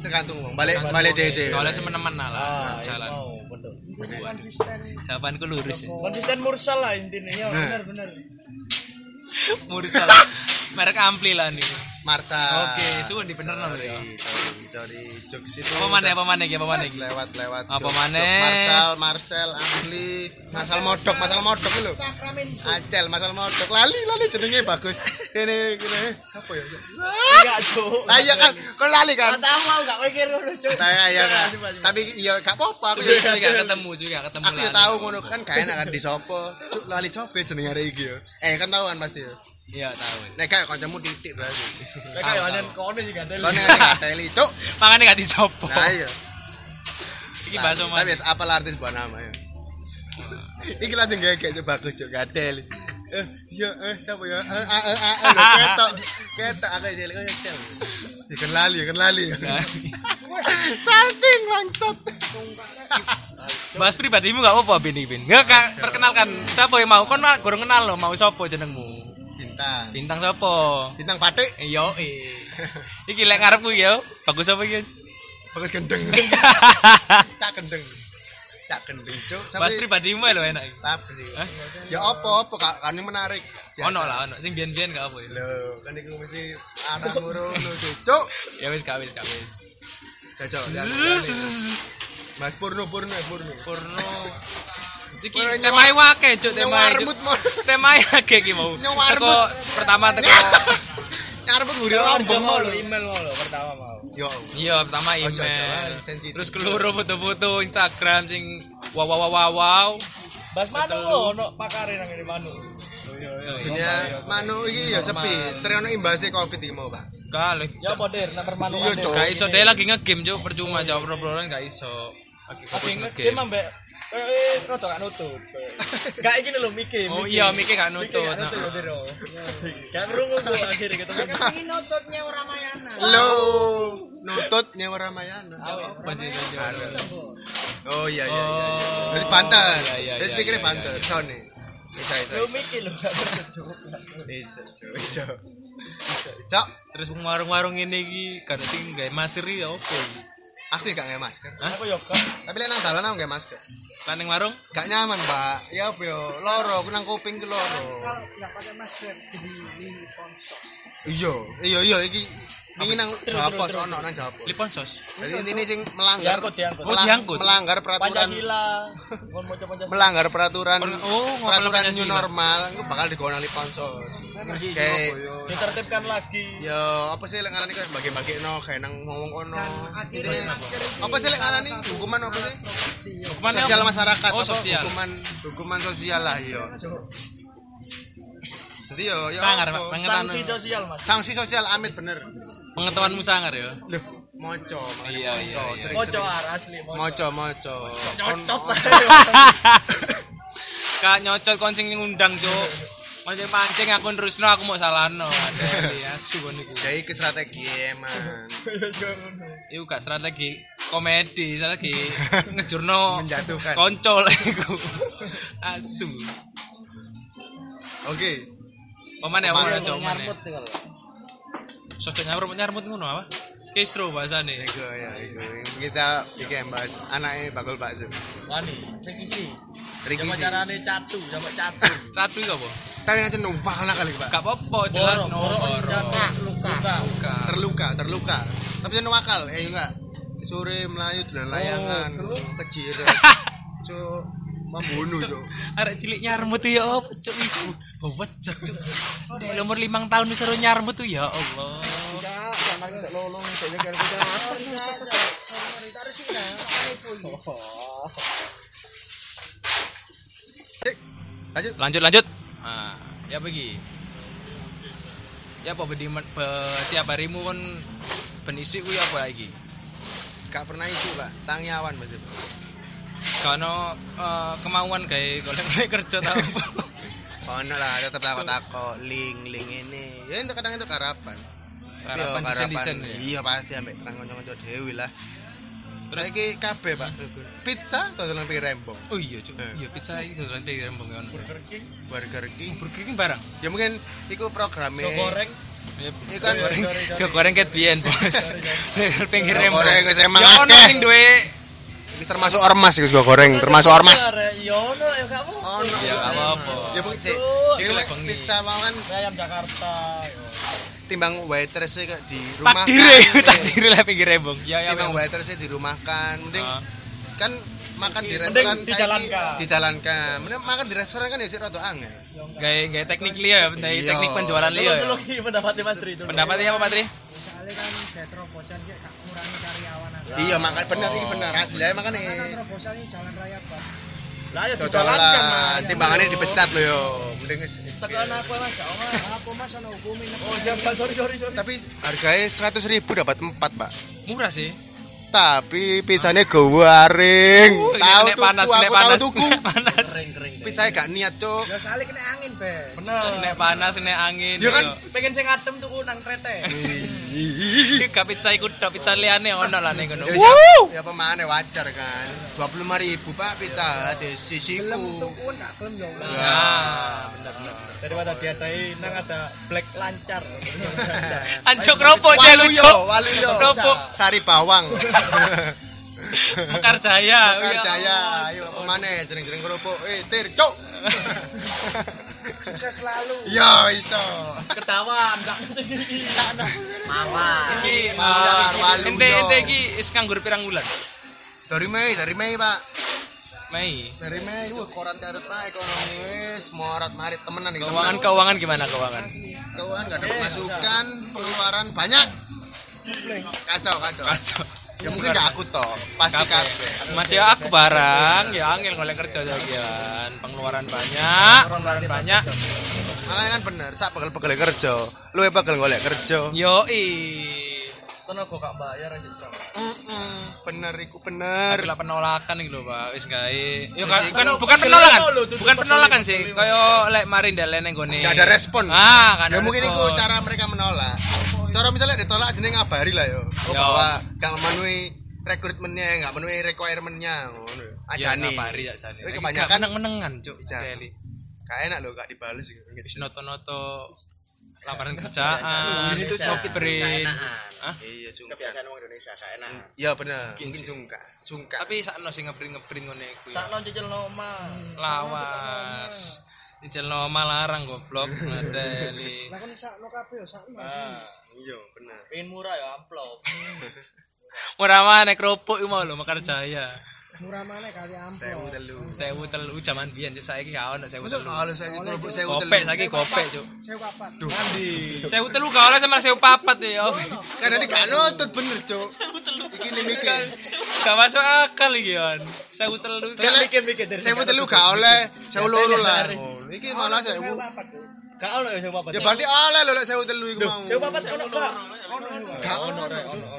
S2: Tergantung wong. Balik balik iya. Oh. dede.
S1: Kalau semenemen
S2: Nah,
S1: lah
S3: Ah,
S1: jalan.
S3: mau betul.
S4: Konsisten
S1: Jawabanku lurus ya.
S3: Konsisten mursal lah intinya. Ya
S2: Nah.
S3: benar benar.
S1: Mursal. Merek ampli lah nih.
S2: Marsa.
S1: Oke, suwun di bener nomor ya.
S2: Sorry, sorry, sorry. Jokes itu.
S1: Apa maneh, apa maneh, apa maneh.
S2: Wes, lewat-lewat.
S1: Apa
S2: jokes,
S1: maneh?
S2: jokes. Marsal, Marcel, Amli, Marsal Modok, Marsal Modok lho.
S4: sakramen
S2: Acel, Marsal Modok. Lali, lali jenenge bagus. Ini kene. Siapa ya?
S3: Enggak, Cuk.
S2: Lah iya kan, kok lali kan?
S3: Enggak tahu aku enggak mikir ngono, Cuk.
S2: Saya ya kan.
S3: Coba, coba.
S2: Tapi iya gak apa-apa aku ya.
S1: Sudah gak ketemu, sudah gak ketemu
S2: Aku ya
S1: lah.
S2: tahu ngono kan gak enak kan di sopo. Cuk lali sopo ya jenenge arek iki ya. Eh kan tahu kan pasti. ya.
S1: Iya, tahu.
S2: Nek kayak kancamu titik berarti.
S3: Lah kayak
S2: Nah,
S1: ya.
S3: anjen kono juga ada.
S2: Kau nih gak teli, cuk.
S1: Makane gak disopo.
S2: Nah iya.
S1: Iki bakso
S2: Tapi
S1: mas.
S2: apa artis buat nama ya? Iki langsung gaya kayak bagus juga Adele. Eh, ya, eh, siapa ya? Eh, eh, eh, eh, eh, lho, ketok, ketok, aku jadi kau yang Ya kan lali, ya kan lali.
S1: Nah,
S2: Salting langsat.
S1: Bahas pribadimu gak apa-apa Bin Bin. Enggak Kak, perkenalkan siapa yang mau kon mah kurang kenal lo mau sapa jenengmu?
S2: Bintang,
S1: Bintang sapa?
S2: bintang patik,
S1: Yo eh. Iki lek ngarepku iki, yo. Bagus apa iki?
S2: bagus gendeng, cak gendeng, cak gendeng, cuk.
S1: Bahas
S2: Sampai
S1: pribadimu lo enak iki.
S2: tapi
S1: Hah?
S2: ya apa apa kak kan ini menarik. Biasa.
S1: Eh? Ono lah ono sing biyen-biyen gak apa ya.
S2: Lho, kan iku mesti arah murung lho, cuk.
S1: Ya wis gak wis gak wis.
S2: Cocok. lihat. Mas Purno, Purno, Purno.
S1: Purno. Iki
S2: Purno
S1: temae wake cuk
S2: Yang
S1: temae.
S2: warmut mau.
S1: Temae akeh iki mau.
S2: Yang
S1: Teko
S2: warmut.
S1: pertama teko.
S2: Nyarpet gurih
S3: Rombong
S2: rombong
S3: mau lo email mau lo pertama mau.
S2: Ya Allah.
S1: Iya, pertama
S2: Ojo, ojo,
S1: email.
S2: ah, sensitif.
S1: Terus keluru foto-foto Instagram sing wow wow wow wow. wow.
S3: Bas Manu lo ono pakare nang ngene Manu.
S1: iya.
S2: Dunia manu iki ya sepi. Terus imbasnya Covid iki mau, Pak.
S1: Kalih.
S3: Ya apa dir nomor Manu.
S2: Iya, Cuk.
S1: Gak iso deh lagi nge-game cuk percuma jawab obrolan gak iso. Lagi
S3: Tapi
S1: fokus
S3: dia
S1: nge-game.
S3: mbek eh rada gak nutup. Gak iki lho mikir.
S1: Oh iya, mikir gak
S3: Mikir
S1: nutut.
S3: gak nutup ya, Bro. Gak rungu gua akhirnya ketemu.
S4: Ini nututnya orang Mayana.
S2: Lo nutut nyewa Ramayana. Oh iya iya iya. iya. Dari Banten.
S1: iya, iya,
S2: Dari
S1: iya,
S2: speakernya
S1: iya,
S2: Banten. Sony. Bisa bisa.
S3: Lu mikir lho gak nutup.
S2: Bisa cuy, bisa. Bisa, Bisa.
S1: Terus warung-warung ini iki kan sing gawe masker iki opo? iki?
S2: Aku gak nggak masker.
S3: Aku yo gak.
S2: Tapi lek nang dalan aku nggak masker.
S1: Lan ning warung
S2: Gak nyaman, Pak. Ya apa yo? Loro, aku nang kuping ke loro.
S4: Kalau nggak pakai masker jadi ini ponsok.
S2: Iya, iya iya iki wingi nang
S3: Terus,
S2: Jawa
S3: terus, terus.
S2: ono nang Jawa.
S1: Liponsos.
S2: Jadi intinya sing melanggar
S3: Diangkut, diangkut.
S1: Oh, diangkut.
S2: melanggar peraturan
S3: Pancasila. Kon maca Pancasila.
S2: melanggar peraturan
S1: Oh, ngomong
S2: peraturan
S1: Pancasila.
S2: new normal itu bakal digonali ponco kayak
S3: Ditertibkan lagi.
S2: ya apa sih yang ngarani kayak bagi-bagi no kayak nang ngomong ono
S4: Akhirnya
S2: Intinya,
S4: masker ini
S2: apa sih yang ngarani hukuman apa sih
S1: Hukumannya
S2: sosial
S1: apa?
S2: masyarakat
S1: Oh,
S2: apa?
S1: sosial.
S2: hukuman hukuman sosial lah yo nanti yo ya
S1: Sangar,
S2: apa?
S1: Pak. Pengen-
S3: Sanksi sosial, Mas.
S2: sanksi sosial amit bener
S1: Pengetahuanmu sangar ya.
S2: Loh, moco makanya
S1: Iya, iya,
S2: moco,
S1: iya.
S2: sering,
S3: Moco
S2: sering.
S3: ar asli moco.
S2: moco moco
S3: Nyocot.
S2: Oh.
S1: Kak nyocot koncing ngundang, Cuk. Mancing pancing aku nerusno aku mau salahno. Ya suwon iku.
S2: jadi ke strategi emang
S1: Iku gak strategi komedi, strategi ngejurno
S2: menjatuhkan
S1: koncol iku. Asu.
S2: oke
S1: Paman ya,
S2: Paman.
S1: paman ya, paman ya.
S5: nyarmut nih kalau.
S1: Sosok nyamrut nyarmut ngono apa? Kisru bahasane.
S2: Ego ya, ego. Kita bikin bahas anaknya bakul bakso.
S3: Wani, sing isi.
S2: Ricky
S3: Sama
S2: sih.
S3: carane catu, sama catu.
S1: Satu iku apa?
S2: Tapi nanti numpah anak kali pak.
S1: Gak apa-apa, jelas Nah,
S3: Borok,
S1: no.
S3: borok,
S1: borok.
S2: Nah.
S3: luka, luka.
S1: Luka.
S2: Terluka, terluka. Tapi jangan wakal, eh enggak. Sore melayu dengan layangan, kecil. Cuk, membunuh cuk.
S1: Arek cilik nyarmut tuh ya apa cuk iku. Bobot cuk. cuk. Dari umur limang tahun wis seru nyarmut tuh ya Allah.
S2: Cek, lanjut.
S1: Lanjut lanjut. Ah, ya pergi. Ya apa bedi tiap harimu kon ben isik kuwi apa iki?
S2: Gak pernah isu pak, tangiawan betul.
S1: Kano eh, kemauan gawe golek-golek kerja ta apa?
S2: Kono lah, tetap takut takut. Ling, ling ini. Ya itu kadang itu karapan. Tapi
S1: Harapan
S2: yo,
S1: desain-desain ya.
S2: Iya pasti ambek tekan kanca-kanca dewi lah.
S1: Terus-
S2: Terus iki kabeh Pak. Pizza dodolan pinggir rembong.
S1: Oh iya cuk. Iya pizza iki dolan dari rembong kan.
S3: Burger King,
S2: Burger King.
S1: Burger King barang.
S2: Ya mungkin iku programe.
S3: so goreng.
S1: Ya,
S2: Iya
S1: Ikan
S2: kan?
S1: goreng,
S3: Sorry, sorry,
S1: jok goreng ket biyen, Bos. Level pinggir
S2: Jok
S1: rembong.
S2: goreng wis emang
S1: Ya ono
S2: akeh.
S1: sing duwe
S2: Iki termasuk ormas iku sego goreng, termasuk
S3: Iya,
S2: ormas.
S3: Yo no, ya gak mau.
S2: Ono.
S1: Ya, gak apa-apa.
S2: Ya mungkin sih.
S3: Cuk,
S2: Iku lek
S1: bengi.
S2: pizza mau kan
S3: Ayam Jakarta. iya. yo.
S2: timbang waiters kayak di rumah. kan,
S1: takdire, takdire lah pinggir rembong. Ya ya.
S2: Timbang
S1: ya.
S2: waiters di rumah kan. Mending
S1: Ah.
S2: kan makan di
S3: Mending
S2: restoran saiki
S3: dijalankan.
S2: dijalankan. Mending makan di restoran kan ya sih rada angel.
S1: Gaya gaya teknik liya ya, dari
S2: Iya.
S1: teknik penjualan liya ya.
S3: Tolong dulu pendapatnya Mas Tri. tolong.
S1: Pendapatnya apa, Pak Tri?
S4: Soalnya kan kayak terobosan kayak gak kurangi karyawan
S1: Ya.
S4: aja.
S2: Iya, makan bener iki bener asli ae makane.
S4: Karena terobosan ini jalan raya pak.
S3: Lah ya dijalankan,
S2: Cocolan,
S3: Mas.
S2: timbangannya dipecat loh yo. Mending wis-
S3: Tekan aku Mas, gak omah.
S4: Aku mas ono hukumin.
S3: Oh, siap, Mas. Sorry, sorry, sorry.
S2: Tapi harganya seratus ribu dapat empat pak.
S1: Murah sih.
S2: Tapi pizzanya garing.
S1: Uh,
S2: tahu
S1: nek
S2: tuku,
S1: panas, nek
S2: aku tahu
S1: panas,
S2: tuku.
S1: nek panas.
S2: Pizzanya gak niat cok.
S4: Ya soalnya kena angin be.
S1: Nek panas, nek angin.
S2: Ya kan?
S3: Pengen sing adem tuku nang trete.
S2: Iya,
S1: Iki gak pizza iku tok pizza liyane ono lah ning ngono.
S2: Ya, siap- ya pemane wajar kan. Dua puluh ribu pak pizza di
S4: Belum
S2: sisiku.
S4: tuh nggak belum ya Allah.
S2: Ya.
S1: Ah,
S3: Daripada diadai nang ada black lancar.
S1: Anjuk ropok
S2: Walu
S1: jalu
S2: yo,
S1: cuk.
S2: walu yo.
S1: Kerupuk.
S2: Sari bawang.
S1: Mekar Jaya.
S2: Bakar
S1: ya
S2: jaya,
S1: Allah.
S2: ayo apa maneh jeneng-jeneng kerupuk. Eh, tir, cuk.
S4: Sukses selalu.
S2: Yo iso.
S3: Ketawa, enggak sendiri.
S5: Mawar.
S1: Iki
S2: Mawar,
S1: eh,
S2: walu
S1: ente
S2: yo.
S1: ente iki wis nganggur pirang wulan.
S2: Dari Mei, dari Mei, Pak.
S1: Mei.
S2: Dari Mei, wah koran karet Pak, ekonomi wis morat marit temenan gitu.
S1: Keuangan keuangan gimana keuangan?
S2: keuangan gak ada pemasukan, pengeluaran banyak. Kacau, kacau.
S1: Kacau.
S2: Ya mungkin gak aku toh, pasti kabeh.
S1: Masih aku barang, ya angel ngoleh kerja jagian, pengeluaran banyak, pengeluaran banyak.
S2: ya Makanya kan bener, sak pegel-pegel kerja, luwe pegel golek kerja.
S1: Yoi.
S3: tenaga gak bayar aja sama.
S2: Mm-mm. Bener iku bener.
S1: Tapi lah penolakan iki lho, Pak. Wis gawe. Ya kan
S2: Wis,
S1: bukan
S3: iku-
S1: bukan
S3: iku
S1: penolakan.
S3: lho, tutup
S1: Bukan penolakan
S3: peduli,
S1: sih.
S3: peduli.
S1: Kayak lek mari ndalen nggone.
S2: Gak ada respon.
S1: Ah, kan.
S2: ya mungkin itu cara mereka menolak. Cara misalnya ditolak jenenge ngabari lah yo. Oh,
S1: Yo.
S2: bahwa gak memenuhi rekrutmennya, gak memenuhi requirement-nya ngono. yo. Ajani.
S1: Mari Iya, ya jane.
S2: Tapi kebanyakan
S1: meneng-menengan, Cuk.
S2: Ijani.
S1: Keli.
S2: gak enak loh gak dibales gitu.
S1: Wis noto-noto lamaran kerjaan,
S3: Ini tuh
S1: sprint. Hah?
S2: Iya, sungkan.
S5: Kebiasaan orang Indonesia gak enak.
S2: Iya bener.
S1: Mungkin
S2: Mungkin
S1: sih.
S2: sungkan. Sungkan.
S1: Tapi sakno sing ngeprint-ngeprint ngene iku. ya.
S3: Sakno cicil noma.
S1: Lawas. Dijelno malarang goblok ngadeli.
S4: Lah kan sakno kabeh yo sakno.
S3: Nah,
S2: iya bener.
S3: pengin murah ya amplop.
S1: Ora maneh kerupuk iku mau lho Mekar Jaya.
S4: Murah maneh kali
S2: Sewu
S4: amplop.
S2: telu.
S1: 1003 zaman biyen Cuk. saiki gak ono 1003.
S2: Masuk halus saya kerupuk sewu
S1: Gopek
S2: telu.
S1: saiki gopek Cuk.
S4: Sewu papat.
S2: Duh, mandi.
S1: Sewu telu gak oleh sama sewu papat ya. Om.
S2: Karena ini Kan gak nutut bener, Cuk. Iki nih mikir.
S1: Gak masuk akal iki on. Sewu telu.
S2: Jalan-
S3: Mikir-mikir dari
S2: Sewu
S3: sana
S2: telu
S3: tuh.
S2: gak oleh, sewu loro lah.
S3: Dari-
S2: Ngono. Iki malah sewu.
S3: Gak ono ya sewu papat.
S2: Ya berarti oleh lho lek sewu telu iku mau.
S3: sewu papat ono gak?
S2: Gak ono.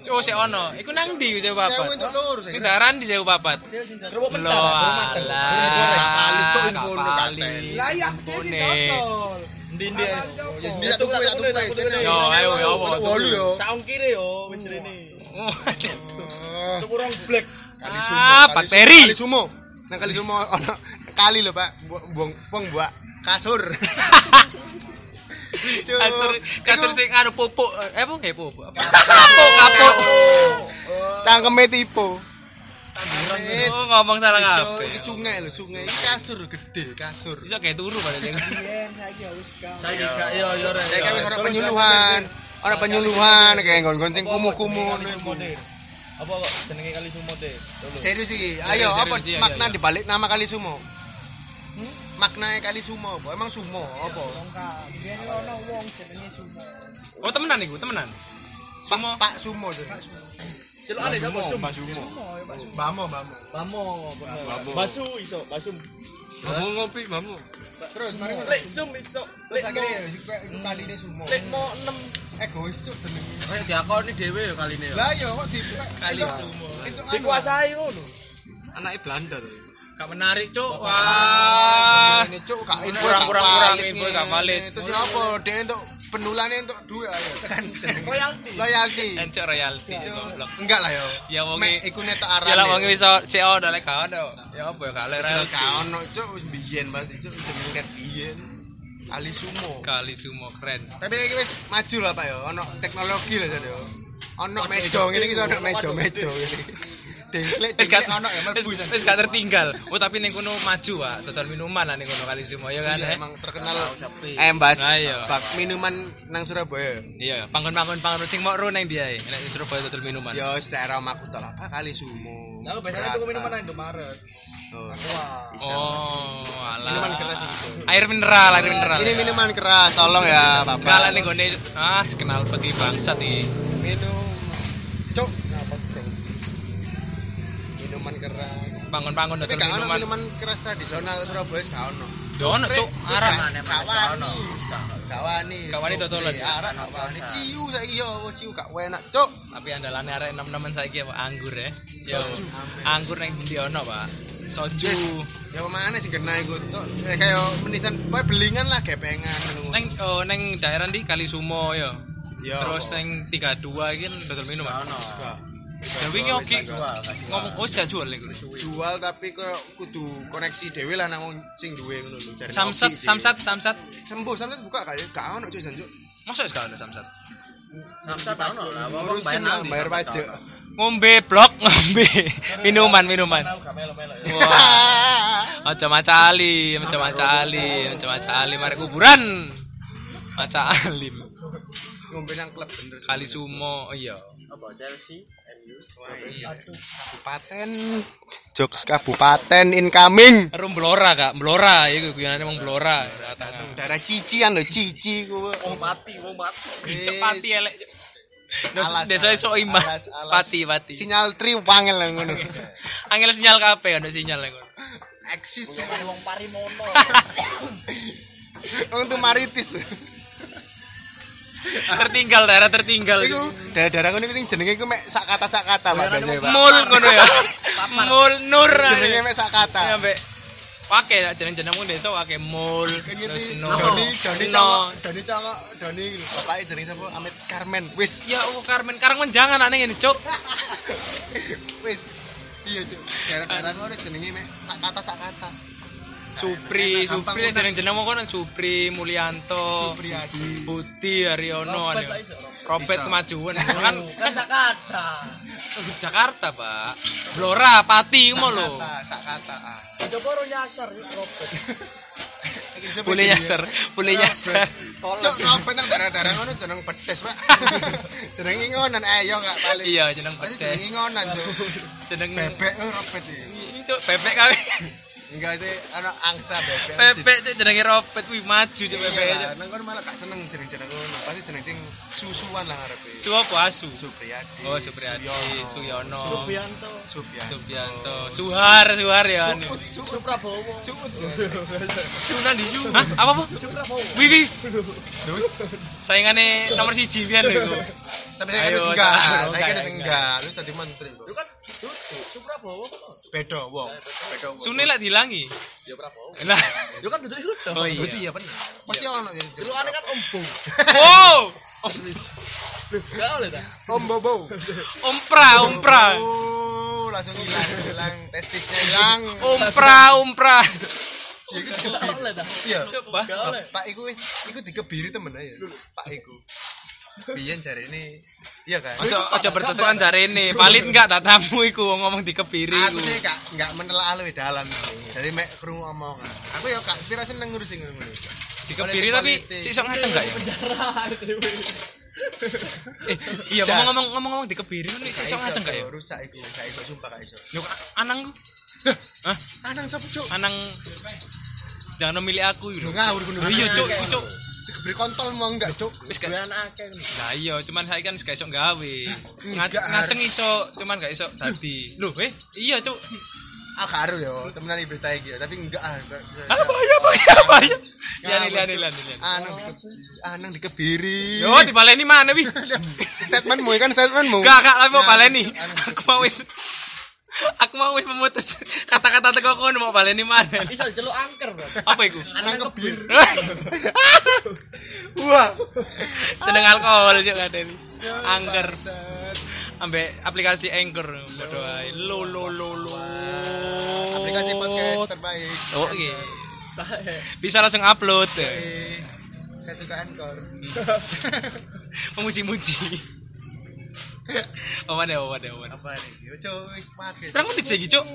S2: Cuk.
S1: Oh sik ono. Iku nang ndi sewu
S2: Sewu
S1: papat?
S2: untuk loro saya
S1: Iku
S2: kira.
S1: daran di sewu papat.
S3: Kerupuk
S1: Lho
S3: mentah. kerupuk mentah.
S1: alah.
S2: Gak valid, Cuk,
S1: Gak
S2: info lu gak
S1: valid.
S2: valid.
S4: Lah iya aku jadi
S1: Impune.
S4: dodol.
S3: Ndi-ndi ae.
S2: Ya sendiri tak tuku, tak tuku.
S3: Tak tuku, tak tuku.
S2: Jenenge.
S1: Yo, ayo, yo, apa?
S2: Untuk wolu yo.
S3: Saung kiri yo wis rene.
S1: Waduh.
S2: Oh.
S3: Tuku rong black.
S2: Kali
S1: Ah,
S2: sumo. kali sumo,
S1: bakteri.
S2: Kali sumo. Nang kali sumo ono kali lho, Pak. Bu- Buang buang buak kasur. Cuk.
S1: Kasur Ah, kasur
S2: Iku
S1: sing anu pupuk. Eh apa nggih pupuk? Apa? Kapuk, kapuk.
S2: Cangkeme tipu. Eh,
S1: Oh, ngomong salah
S2: Cuk,
S1: kabeh.
S2: Iki sungai lho, sungai. Iki kasur gede, kasur.
S1: Iso kayak turu padahal.
S4: Biyen saiki ya wis gak.
S3: Saiki gak yo yo rek.
S2: Saya kan wis ora penyuluhan, ora penyuluhan kayak nggon-nggon sing kumu-kumu.
S3: Kali Sumo, Dek. Apa kok jenenge kali sumo deh?
S2: Serius iki. Ayo
S1: Serius,
S2: apa
S1: serius, iya, iya,
S2: makna
S1: iya.
S2: dibalik nama kali sumo? Hmm? Maknae kali sumo apa? Emang sumo apa?
S4: Longka. Biyen ono wong jenenge Sumo.
S1: Oh, temenan iku, temenan.
S2: Pak Pak Sumo. tuh.
S3: Celokane sapa sum?
S4: Sumo ya Pak Sumo.
S2: Bamo, bamo.
S3: Bamo, bener. Basu iso, basum.
S2: Bamo ngopi, bamo. Terus mari ngono.
S3: Lek sum iso. Lek
S2: Lek Hmm.
S3: mo,
S2: kali ini sumo.
S3: lek mo 6
S2: Egois cuk jeneng.
S5: Kayak diakoni dhewe ya kali ini.
S2: Lah yo kok di kali sumo. Itu
S3: dikuasai ngono.
S5: Anake Belanda tuh.
S1: Gak menarik, Cuk. Wah.
S2: Ini cuk gak info
S1: Kurang,
S2: gak
S1: kurang, kurang,
S2: valid
S1: info
S2: nih.
S1: gak valid.
S2: Terus ya apa? Dia untuk penulane untuk duit ayo tekan jeneng.
S3: Royalti.
S2: Loyalty.
S1: Encok royalti
S2: Cuk.
S1: goblok.
S2: Enggak lah yo.
S1: Ya, wongi-
S2: Mek, iku netok arane.
S1: Ya lah wong iso CO dolek gak ono. Ya apa ya gak oleh
S2: Jelas
S1: royalti.
S2: gak ono cuk wis biyen pasti cuk jeneng ket biyen. Kali sumo.
S1: Kali sumo keren.
S2: Tapi iki wis maju lah Pak ya, ono teknologi lah jadi. ya. Ono meja ngene iki ono meja-meja ngene. Dengklek
S1: Wis gak
S2: dengklek ono ya
S1: wis-
S2: mlebu.
S1: wis gak tertinggal. Oh tapi ning kono maju Pak. Dodol minuman lah ning kono kali sumo ya kan.
S2: Iya,
S1: eh?
S2: emang terkenal eh mbas
S1: Nah, iya.
S2: bak minuman nang Surabaya.
S1: Iya, panggon-panggon panggon sing mok ro nang dia. e. Nek di Surabaya dodol minuman.
S2: Ya wis tak era aku tol apa kali sumo.
S3: Aku biasanya tuku minuman nang Indomaret.
S2: Oh,
S3: Wah.
S2: bisa.
S1: Oh, alah.
S2: Minuman keras itu.
S1: Air mineral, air mineral.
S2: Ini minuman keras, tolong
S1: Kalah
S2: ya Bapak.
S1: ning gone ah kenal peti bangsat iki.
S2: Itu cuk, apa bro? Minuman keras.
S1: Panggon-panggon
S2: Tapi
S1: dodol
S2: gak ono
S1: minuman.
S2: minuman keras tradisional Surabaya wis gak ono.
S1: Dono cuk,
S2: Terus
S1: arah.
S2: gak- gak wani. Gak wani.
S1: Gak wani dodolan.
S2: Iya, arah gak wani. Ciu saiki yo, wah, ciu gak enak, Cuk.
S1: Tapi andalannya arek enam-enaman saiki apa anggur ya. Yo. Anggur ning ndi ono, Pak? Soju.
S2: Yes. Ya pemane sing kena iku tok. Eh, Kayak menisan poe belingan lah gepengan ngono.
S1: Neng oh, neng daerah ndi Kalisumo yo.
S2: Yo. Nah.
S1: Terus neng 32 iki kan dodol minuman.
S5: Ono.
S2: Gak.
S1: Dan wingi
S2: Gak
S1: oki
S2: bisa, gak.
S1: ngomong oh gak jual ning kono.
S2: jual tapi koyo kudu koneksi dhewe lah nang wong sing duwe ngono lho. Cari
S1: Samsat,
S2: ngopi sih.
S1: samsat, samsat.
S2: Sembuh, samsat buka kali. Gak ono Cuk, Jan, Cuk.
S1: Masa gak ono samsat?
S5: Samsa tak ono lah. Wong
S2: Ngurusin lah bayar pajak.
S1: Ngombe blok, ngombe. Minuman, minuman.
S3: Aku gak melo-melo ya.
S1: Wah. Aja macali, aja macali, aja macali mari kuburan. Maca alim.
S2: Ngombe nang klub bener.
S1: Kali sumo, oh iya.
S5: Apa Chelsea? MU.
S2: Wah, iya. Kabupaten Jokes Kabupaten incoming.
S1: Rum blora kak, blora, iya guyonane wong blora. Jawa Tengah.
S2: Daerah cician lho, cici ku.
S5: Wong mati, wong mati.
S1: Cek pati elek.
S2: Alas,
S1: Desa
S2: alas,
S1: esuk imah.
S2: alas, alas.
S1: Pati, pati.
S2: Sinyal tri wangel lah ngono.
S1: Angel sinyal kabeh ono sinyal aku.
S2: Eksis.
S3: Wong parimono.
S2: Untung maritis.
S1: tertinggal daerah tertinggal
S2: Iku daerah-daerah ngono iku sing jenenge iku mek sak kata-sak kata Pak biasanya Pak.
S1: mul ngono ya mul nur
S2: Jenenge mek sak kata.
S1: sampe Wake lah jeneng-jenengmu desa wake mul
S2: Kan
S1: terus
S2: ngerti
S1: no
S2: Doni Doni
S1: no
S2: Cangok, Doni Cangok, Doni lho, bapaknya jenenge sapa? Amit Carmen. Wis,
S1: ya oh Carmen Carmen jangan aneh ini cuk
S2: wis. Iya, Cuk. Daerah-daerah ngono jenenge mek sak kata-sak kata.
S1: Supri
S2: Enak, gampang,
S1: Supri
S2: mudah.
S1: jeneng-jenengmu kan Supri Mulyanto
S2: Supriyadi.
S1: Putih Haryono
S3: Robert
S1: anu.
S3: lah iso, Robert.
S1: Robert
S2: Bisa.
S1: kemajuan kan
S3: kan tak ada
S1: Jakarta Pak Blora Pati mau lo
S2: Kata, sak kata. ah.
S4: Coba orang nyasar yuk Robert.
S2: Iki disebut
S1: boleh
S2: ini.
S1: nyasar boleh nyasar
S2: Cuk, nopo nang daerah-daerah ngono jeneng pedes, Pak. Jenenge eh, ngono ayo enggak paling.
S1: iya jeneng
S2: Pasti jenenge
S1: pedes
S2: ngono, Cuk.
S1: jeneng
S2: Bebek oh, robet iki.
S1: Ini, Cuk, bebek kali
S2: Enggak sih, ana angsa bebek.
S1: bebek Cuk, jenenge Robert wih maju Cuk, bebek
S2: Iya,
S1: Cuk.
S2: nang kono malah gak seneng jeneng-jeneng ngono. Pasti jeneng sing susuan lah ngarepe.
S1: Suwopo asu
S2: Supriyadi.
S1: Oh, Supriyadi, Suyono.
S3: Subianto
S2: Subianto.
S1: Subianto Suhar Suhar ya anu.
S2: Suut, suut,
S3: Prabowo
S2: suut.
S1: Sunan di Su Hah apa Bu? Wih wih saingane nomor siji pian lho iku.
S2: Tapi saya
S1: Ayo,
S2: kira enggak,
S1: tak-
S2: saya kira
S1: enggak,
S2: enggak. Lu tadi menteri, Bro.
S3: lu kan duduk Su Prabowo kan
S2: Bedo wong. Bedo wong.
S1: Sune lak dilangi
S3: ya Prabowo
S1: Lah
S3: lu kan duduk itu
S1: Oh
S2: Berarti
S1: iya
S2: iya bener. Pasti ono yang
S3: lu
S2: jeneng.
S3: aneh kan Om Bo
S1: Wow
S3: gak boleh tak
S2: Ombobo.
S1: Umpra umpra
S2: Oh, langsung hilang, hilang. Testisnya hilang.
S1: Umpra umpra
S2: Ya iku
S3: gak
S2: dikebiri.
S3: boleh tak
S2: Iya.
S1: Coba
S3: gak boleh
S2: Pak iku wis iku dikebiri temen aja. Pak iku. Biyen jare ini iya kan?
S1: Ojo ojo bertesekan jare ini valid enggak tatamu iku wong ngomong dikepiri iku
S2: aku sih gak gak menelaah lebih dalam sih jadi mek kerungu omongan aku ya kak kira seneng ngurusin ngono
S1: dikepiri tapi sik iso ngaceng enggak ya
S3: penjara gitu. itu
S1: Eh, iya
S2: Jar.
S1: ngomong-ngomong ngomong-ngomong dikepiri lu sik iso ngaceng enggak ya
S2: rusak iku rusak iku sumpah gak iso
S1: Yo ya? anang lu. Hah?
S2: tanang sapa cuk
S1: Anang jangan memilih aku
S2: lu
S1: lho.
S2: ngawur kudu
S1: Lah Iya, Cuk, iku, Cuk.
S2: diberi kontol mau enggak cuk
S1: Wis gak
S5: Bulan akeh.
S1: Lah iya, cuman saya kan gak iso gawe. Nga-
S2: Enggak.
S1: Ngaceng iso, cuman gak iso dadi. Lho, eh iya, Cuk.
S2: ah karo yo temenan ibu tae iki yo, tapi enggak ah enggak bisa.
S1: Ah, bahaya, bahaya, bahaya. Lihat, ya?
S2: Ngawur,
S1: lihat,
S2: Cuk. Iya.
S1: lihat, lihat.
S2: anang dikebiri anang dikebiri
S1: Yo, dibaleni mana wi?
S2: statementmu kan statementmu
S1: Gak, gak, aku mau
S2: Ngawur,
S1: baleni.
S2: Cuk. Anang
S1: Aku mau wis Aku mau wis memutus kata-kata teko kono mau baleni mana.
S3: bisa celuk angker bro
S1: Apa iku?
S2: anang kebir
S1: Wah.
S2: Oh.
S1: Seneng alkohol Cuk ngadeni. Angker.
S2: Set.
S1: ambek aplikasi Anchor padha ae lo lo lo lo
S2: aplikasi podcast terbaik
S1: oh iya
S3: Baik.
S1: bisa langsung upload
S2: Eh, saya suka Anchor.
S1: memuji-muji Oman ya, oman ya, oman.
S2: Apa nih? Yo cowok wis pake.
S1: Sekarang menit sih, Cuk.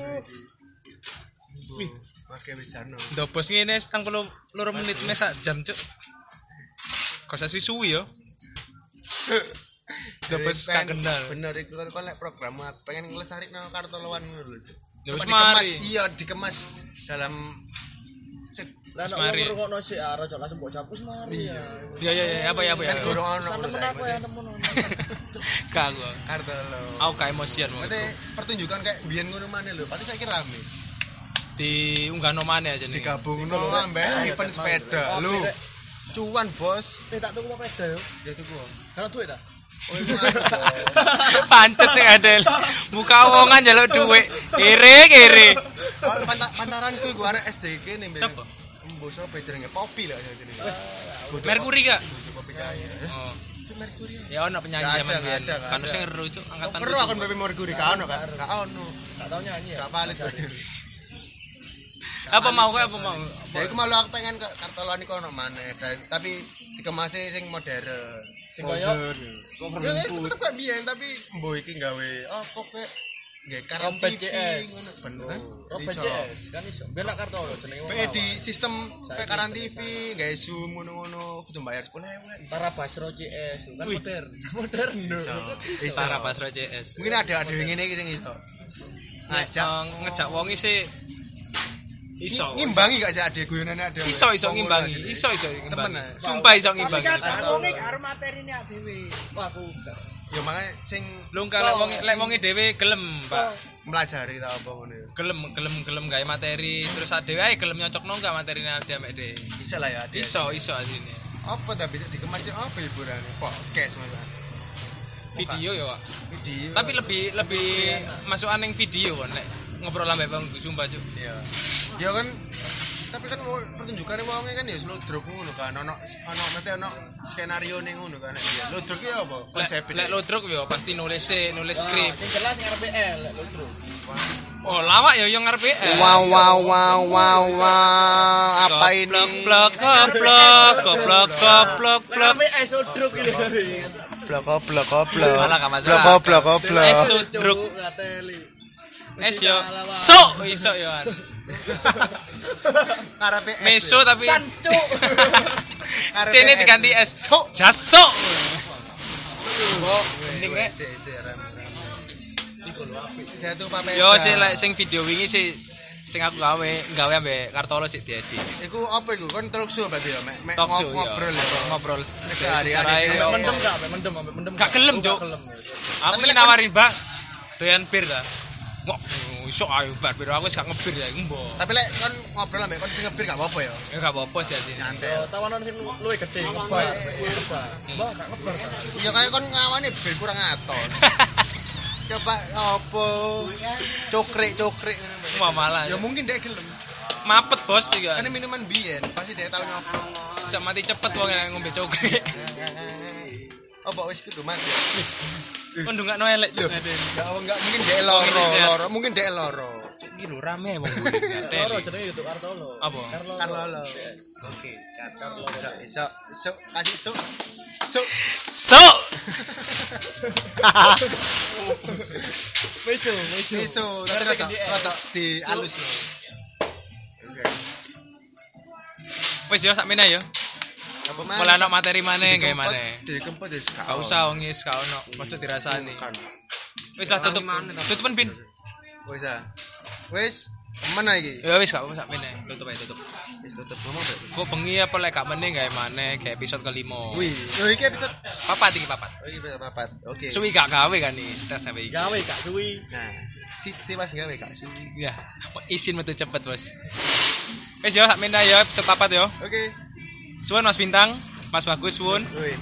S2: Wih, pake wis jano.
S1: Ndobos ngene wis 40 loro menit mes sak jam, Cuk. Kok sasi suwi yo. Ndobos
S2: Pengen-
S1: gak kendal.
S2: Bener iku kan kon lek program pengen nglestarikno kartolowan ngono lho. Cuk.
S1: Ya wis
S2: Coba dikemas,
S1: mari.
S2: Iya, dikemas dalam set-
S3: lah
S1: Wis
S3: nek
S1: mari.
S3: ngurung ngono sik arah jok langsung mbok campus mari ya
S1: Ya ya ya, apa ya apa ya.
S2: kan gorong ono
S4: Sama
S2: menurut
S4: temen
S2: saya,
S4: aku ya
S2: Mas.
S4: temen aku.
S1: Gak gua.
S2: Kartolo.
S1: Aku kan- gak emosian mau.
S2: Maksudnya pertunjukan kayak biyen ngono maneh lho, pasti saiki rame.
S1: Diunggahno maneh aja nih.
S2: Digabungno ambek event sepeda lho.
S3: Rek.
S2: Cuan, Bos.
S3: eh tak tuku sepeda yo
S2: Ya tuku. Bos.
S3: karena duit tak
S2: Oh, itu apa?
S1: pancet ya Adel muka wongan jaluk duit kere kere
S2: Oh, panta- pantaranku iku arek SD kene mbek.
S1: Siapa? Ah,
S2: Mbok sapa jenenge Popi lah ya jenenge. Kutu
S1: Merkuri kak
S2: Kopi- kutu Kopi cahaya.
S1: oh
S2: Merkuri.
S1: ya ono
S2: Gak
S1: penyanyi
S2: ada,
S1: zaman
S2: gak
S1: biyen
S2: ada, gak
S1: kan
S2: ada.
S1: sing ero itu angkatan
S2: Kok ero
S1: tujuh. Iya.
S2: akun Pepe Merkuri gak ono kan? Gak ono.
S3: tak tau nyanyi ya
S2: Gak valid.
S1: apa mau kok apa mau
S2: Ya iku malu aku pengen ke Kartolani kono maneh da- tapi dikemasnya sing modern.
S3: sing koyo
S2: Ya itu tetep gak biyen tapi mbok iki gawe apa kek nggak karam
S3: Rompet
S2: TV
S3: CS.
S2: ngono bener.
S3: Robert
S2: Iso.
S3: CS kan iso biar nak kartu lo jenenge wong
S2: Pokoknya E di
S3: awam.
S2: sistem E pekaran TV, gak Zoom ngono-ngono, kudu bayar 10.000
S3: Tara Basro CS kan
S1: Wih.
S3: modern modern
S2: iso iso
S1: Sarah Basro CS
S2: mungkin ada ada yang ini sing iso ngajak
S1: Eh, ngejak wongi sih eh, iso
S2: ngimbangi gak sih ada guyonane ada
S1: iso iso
S2: Wong
S1: ngimbangi
S2: ngono
S1: iso iso
S2: Temen,
S1: ngimbangi
S2: eh.
S1: sumpah iso
S4: Tapi
S1: ngimbangi
S4: kan tak
S2: Atau-
S4: ngomongin karo materi ini adewe.
S3: Wah,
S4: 그
S3: aku enggak.
S2: ya makanya sing
S1: lu kalau wongi lek wongi dhewe gelem Pak
S2: melajari tau apa ngono ya.
S1: gelem gelem gelem gawe materi terus adewe ae gelem nyocokno enggak materine ade amek dhewe
S2: bisa lah ya ada
S1: iso iso asline
S2: apa tapi dikemas ya apa hiburannya podcast maksudnya
S1: video ya Wak.
S2: video
S1: tapi lebih lebih masuk aneh video kan nek ngobrol lambe bang sumpah cuk
S2: ya ya kan tapi kan mau pertunjukannya wonge kan ya slow drop ngono kan ono ono mesti ono skenario ning ngono kan ya slow drop ya apa konsep
S1: lek lek lo truk yo pasti nulis e, nulis skrip
S3: Yang jelas yang RPL lho Tru.
S1: oh lawak yo yang ngarepe
S2: wow wow wow wow wow apa ini
S1: blok blok blok blok blok blok
S3: Lek RPL sodruk iki lho.
S2: blok blok blok blok
S1: Malah gak masalah.
S2: blok blok blok
S1: Es. Sodruk.
S3: Sodruk ngateli.
S1: es yo sok iso yo an
S2: karepe es,
S1: meso tapi
S3: Sancu.
S2: Karepe
S1: Cene
S2: es.
S1: diganti es sok jasok
S2: Kok
S1: mending rek.
S2: sik sik rem rem. jatuh pamer
S1: yo sih lek sing video wingi sih sing aku gawe gawe ambek Kartolo sik diedit
S2: iku apa iku kon talk show berarti ya mek mek
S1: talk show yo
S2: ngobrol ya
S1: ngobrol Iya,
S2: Sehari-hari
S1: secara
S2: kayak
S1: yo.
S3: Mendem gak, Oh, Mbak? mendem, Mbak? mendem.
S1: Oh, Gak gelem, Cuk. aku
S2: Tapi
S1: ini
S2: lek kon-
S1: nawarin mbak doyan bir ta Wah, iso ayo bar bir aku wis gak ngebir ya iku mbok.
S2: tapi lek kon ngobrol ambek kon sing ngebir gak apa-apa ya
S1: Ya gak apa-apa sih sini.
S2: nyantai
S3: Yo, Eh, tawanan sing lu- luwih gede ngebar. Ngebar. Mbak gak ngebar. Mbak.
S2: ya kayak kon ngawani bir kurang atos coba apa cokrik cokrik
S1: Cuma malah.
S2: ya mungkin dia gelem
S1: Mapet bos sih kan.
S2: karena minuman biyen pasti dia tau nyoba
S1: Bisa mati cepet wong yang ngombe coklat.
S2: apa wis kudu mati
S1: Kon ndungak no elek
S2: Loh,
S1: cuk.
S2: gak enggak mungkin dia loro
S1: Mungkin dia-
S2: loro mungkin dia loro
S1: Iki lho rame wong
S3: Loro
S1: kuwi.
S3: jenenge YouTube Artolo.
S1: Apa?
S3: Karlo.
S2: Carlolo Kan oke siap esok esok esok kasih esok esok
S1: So,
S3: Mesu, mesu.
S2: esok tapi rata rata di halus loh
S1: wis yo sakmene yo.
S2: apa mana
S1: Mulai ana materi maneh gawe maneh.
S2: dari kempot dari
S1: Gak usah wong wis gak ono, ojo dirasani. Wis lah tutup. Tutupen bin.
S2: gak usah wis mana iki
S1: Ya wis gak apa sakmene, tutup ae tutup.
S2: wis tutup ngomong Bek.
S1: Kok bengi apa lek gak meneh gawe maneh kayak episode kelima.
S2: wih yo iki episode
S1: Papat iki papat.
S2: oh, iki episode papat oke
S1: Suwi gak gawe kan iki, stres sampe iki.
S3: Gawe gak suwi.
S2: nah Cici mas gawe kak Suwi.
S1: Ya, isin metu cepet bos. Wis yo sakmene yo episode papat yo.
S2: Oke.
S1: Suwun Mas Bintang, Mas Bagus suwun.
S2: Wih.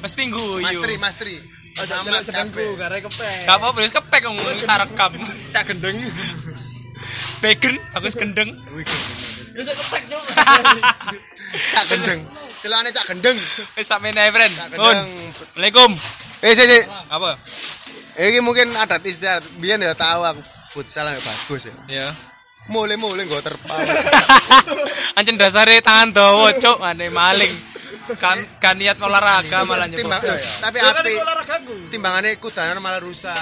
S1: Mesti
S2: Mas
S1: guyu.
S2: Tri, Mas Tri.
S3: Ojo
S2: Amat
S3: jenengku
S2: kabeh.
S3: gara kepek.
S1: Gak apa-apa, wis kepek wong tak rekam. Cak gendeng. Begen, Bagus gendeng.
S2: Wih, gendeng.
S3: Wis kepek yo.
S2: Cak gendeng. Celane cak gendeng.
S1: Wis sakmene ae, friend.
S2: Cak
S1: Sun.
S2: gendeng.
S1: Assalamualaikum.
S2: Eh, sih, sih.
S1: Apa?
S2: Iki mungkin adat istiadat. Biyen eh, ah, ya tahu aku futsal yang bagus ya.
S1: Ya.
S2: Mulai-mulai gak terpaut.
S1: Ancen dasare tangan dawa, cuk, ane maling. Kan kan niat olahraga malah
S2: Timbang,
S1: nyebut.
S2: loh, tapi
S3: Ya kan
S2: api
S3: iku olahragaku.
S2: timbangannya kudanan malah rusak.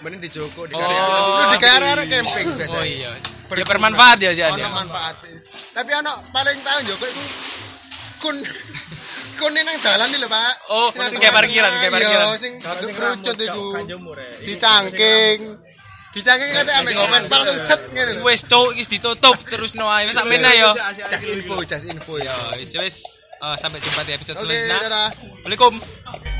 S2: Mending dijoko di
S1: Oh.
S2: karya. Itu di karya camping biasanya.
S1: Oh iya. Ya bermanfaat ya
S2: Ono
S1: jadi.
S2: manfaate. Tapi ono paling tahu Joko iku kun kun nang dalan iki lho, Pak.
S1: Oh,
S2: Sing nang
S1: kun kayak
S2: tengah-tengah.
S1: parkiran, kayak parkiran.
S2: Yo, sing
S3: Kalau
S2: duduk
S3: sing
S2: kerucut
S3: rambut,
S2: iku.
S3: Cok, gak jemur, ya. Iku
S2: Dicangking. Dicangking kate ambek ngomong pas langsung set ngene lho.
S1: Wes cuk iki ditutup terus no ae sampeyan ae, yo.
S2: Jas info, jas info ya.
S1: Wis wis. Eh, sampai jumpa di episode
S2: Oke,
S1: selanjutnya.
S2: dadah.
S1: Assalamualaikum.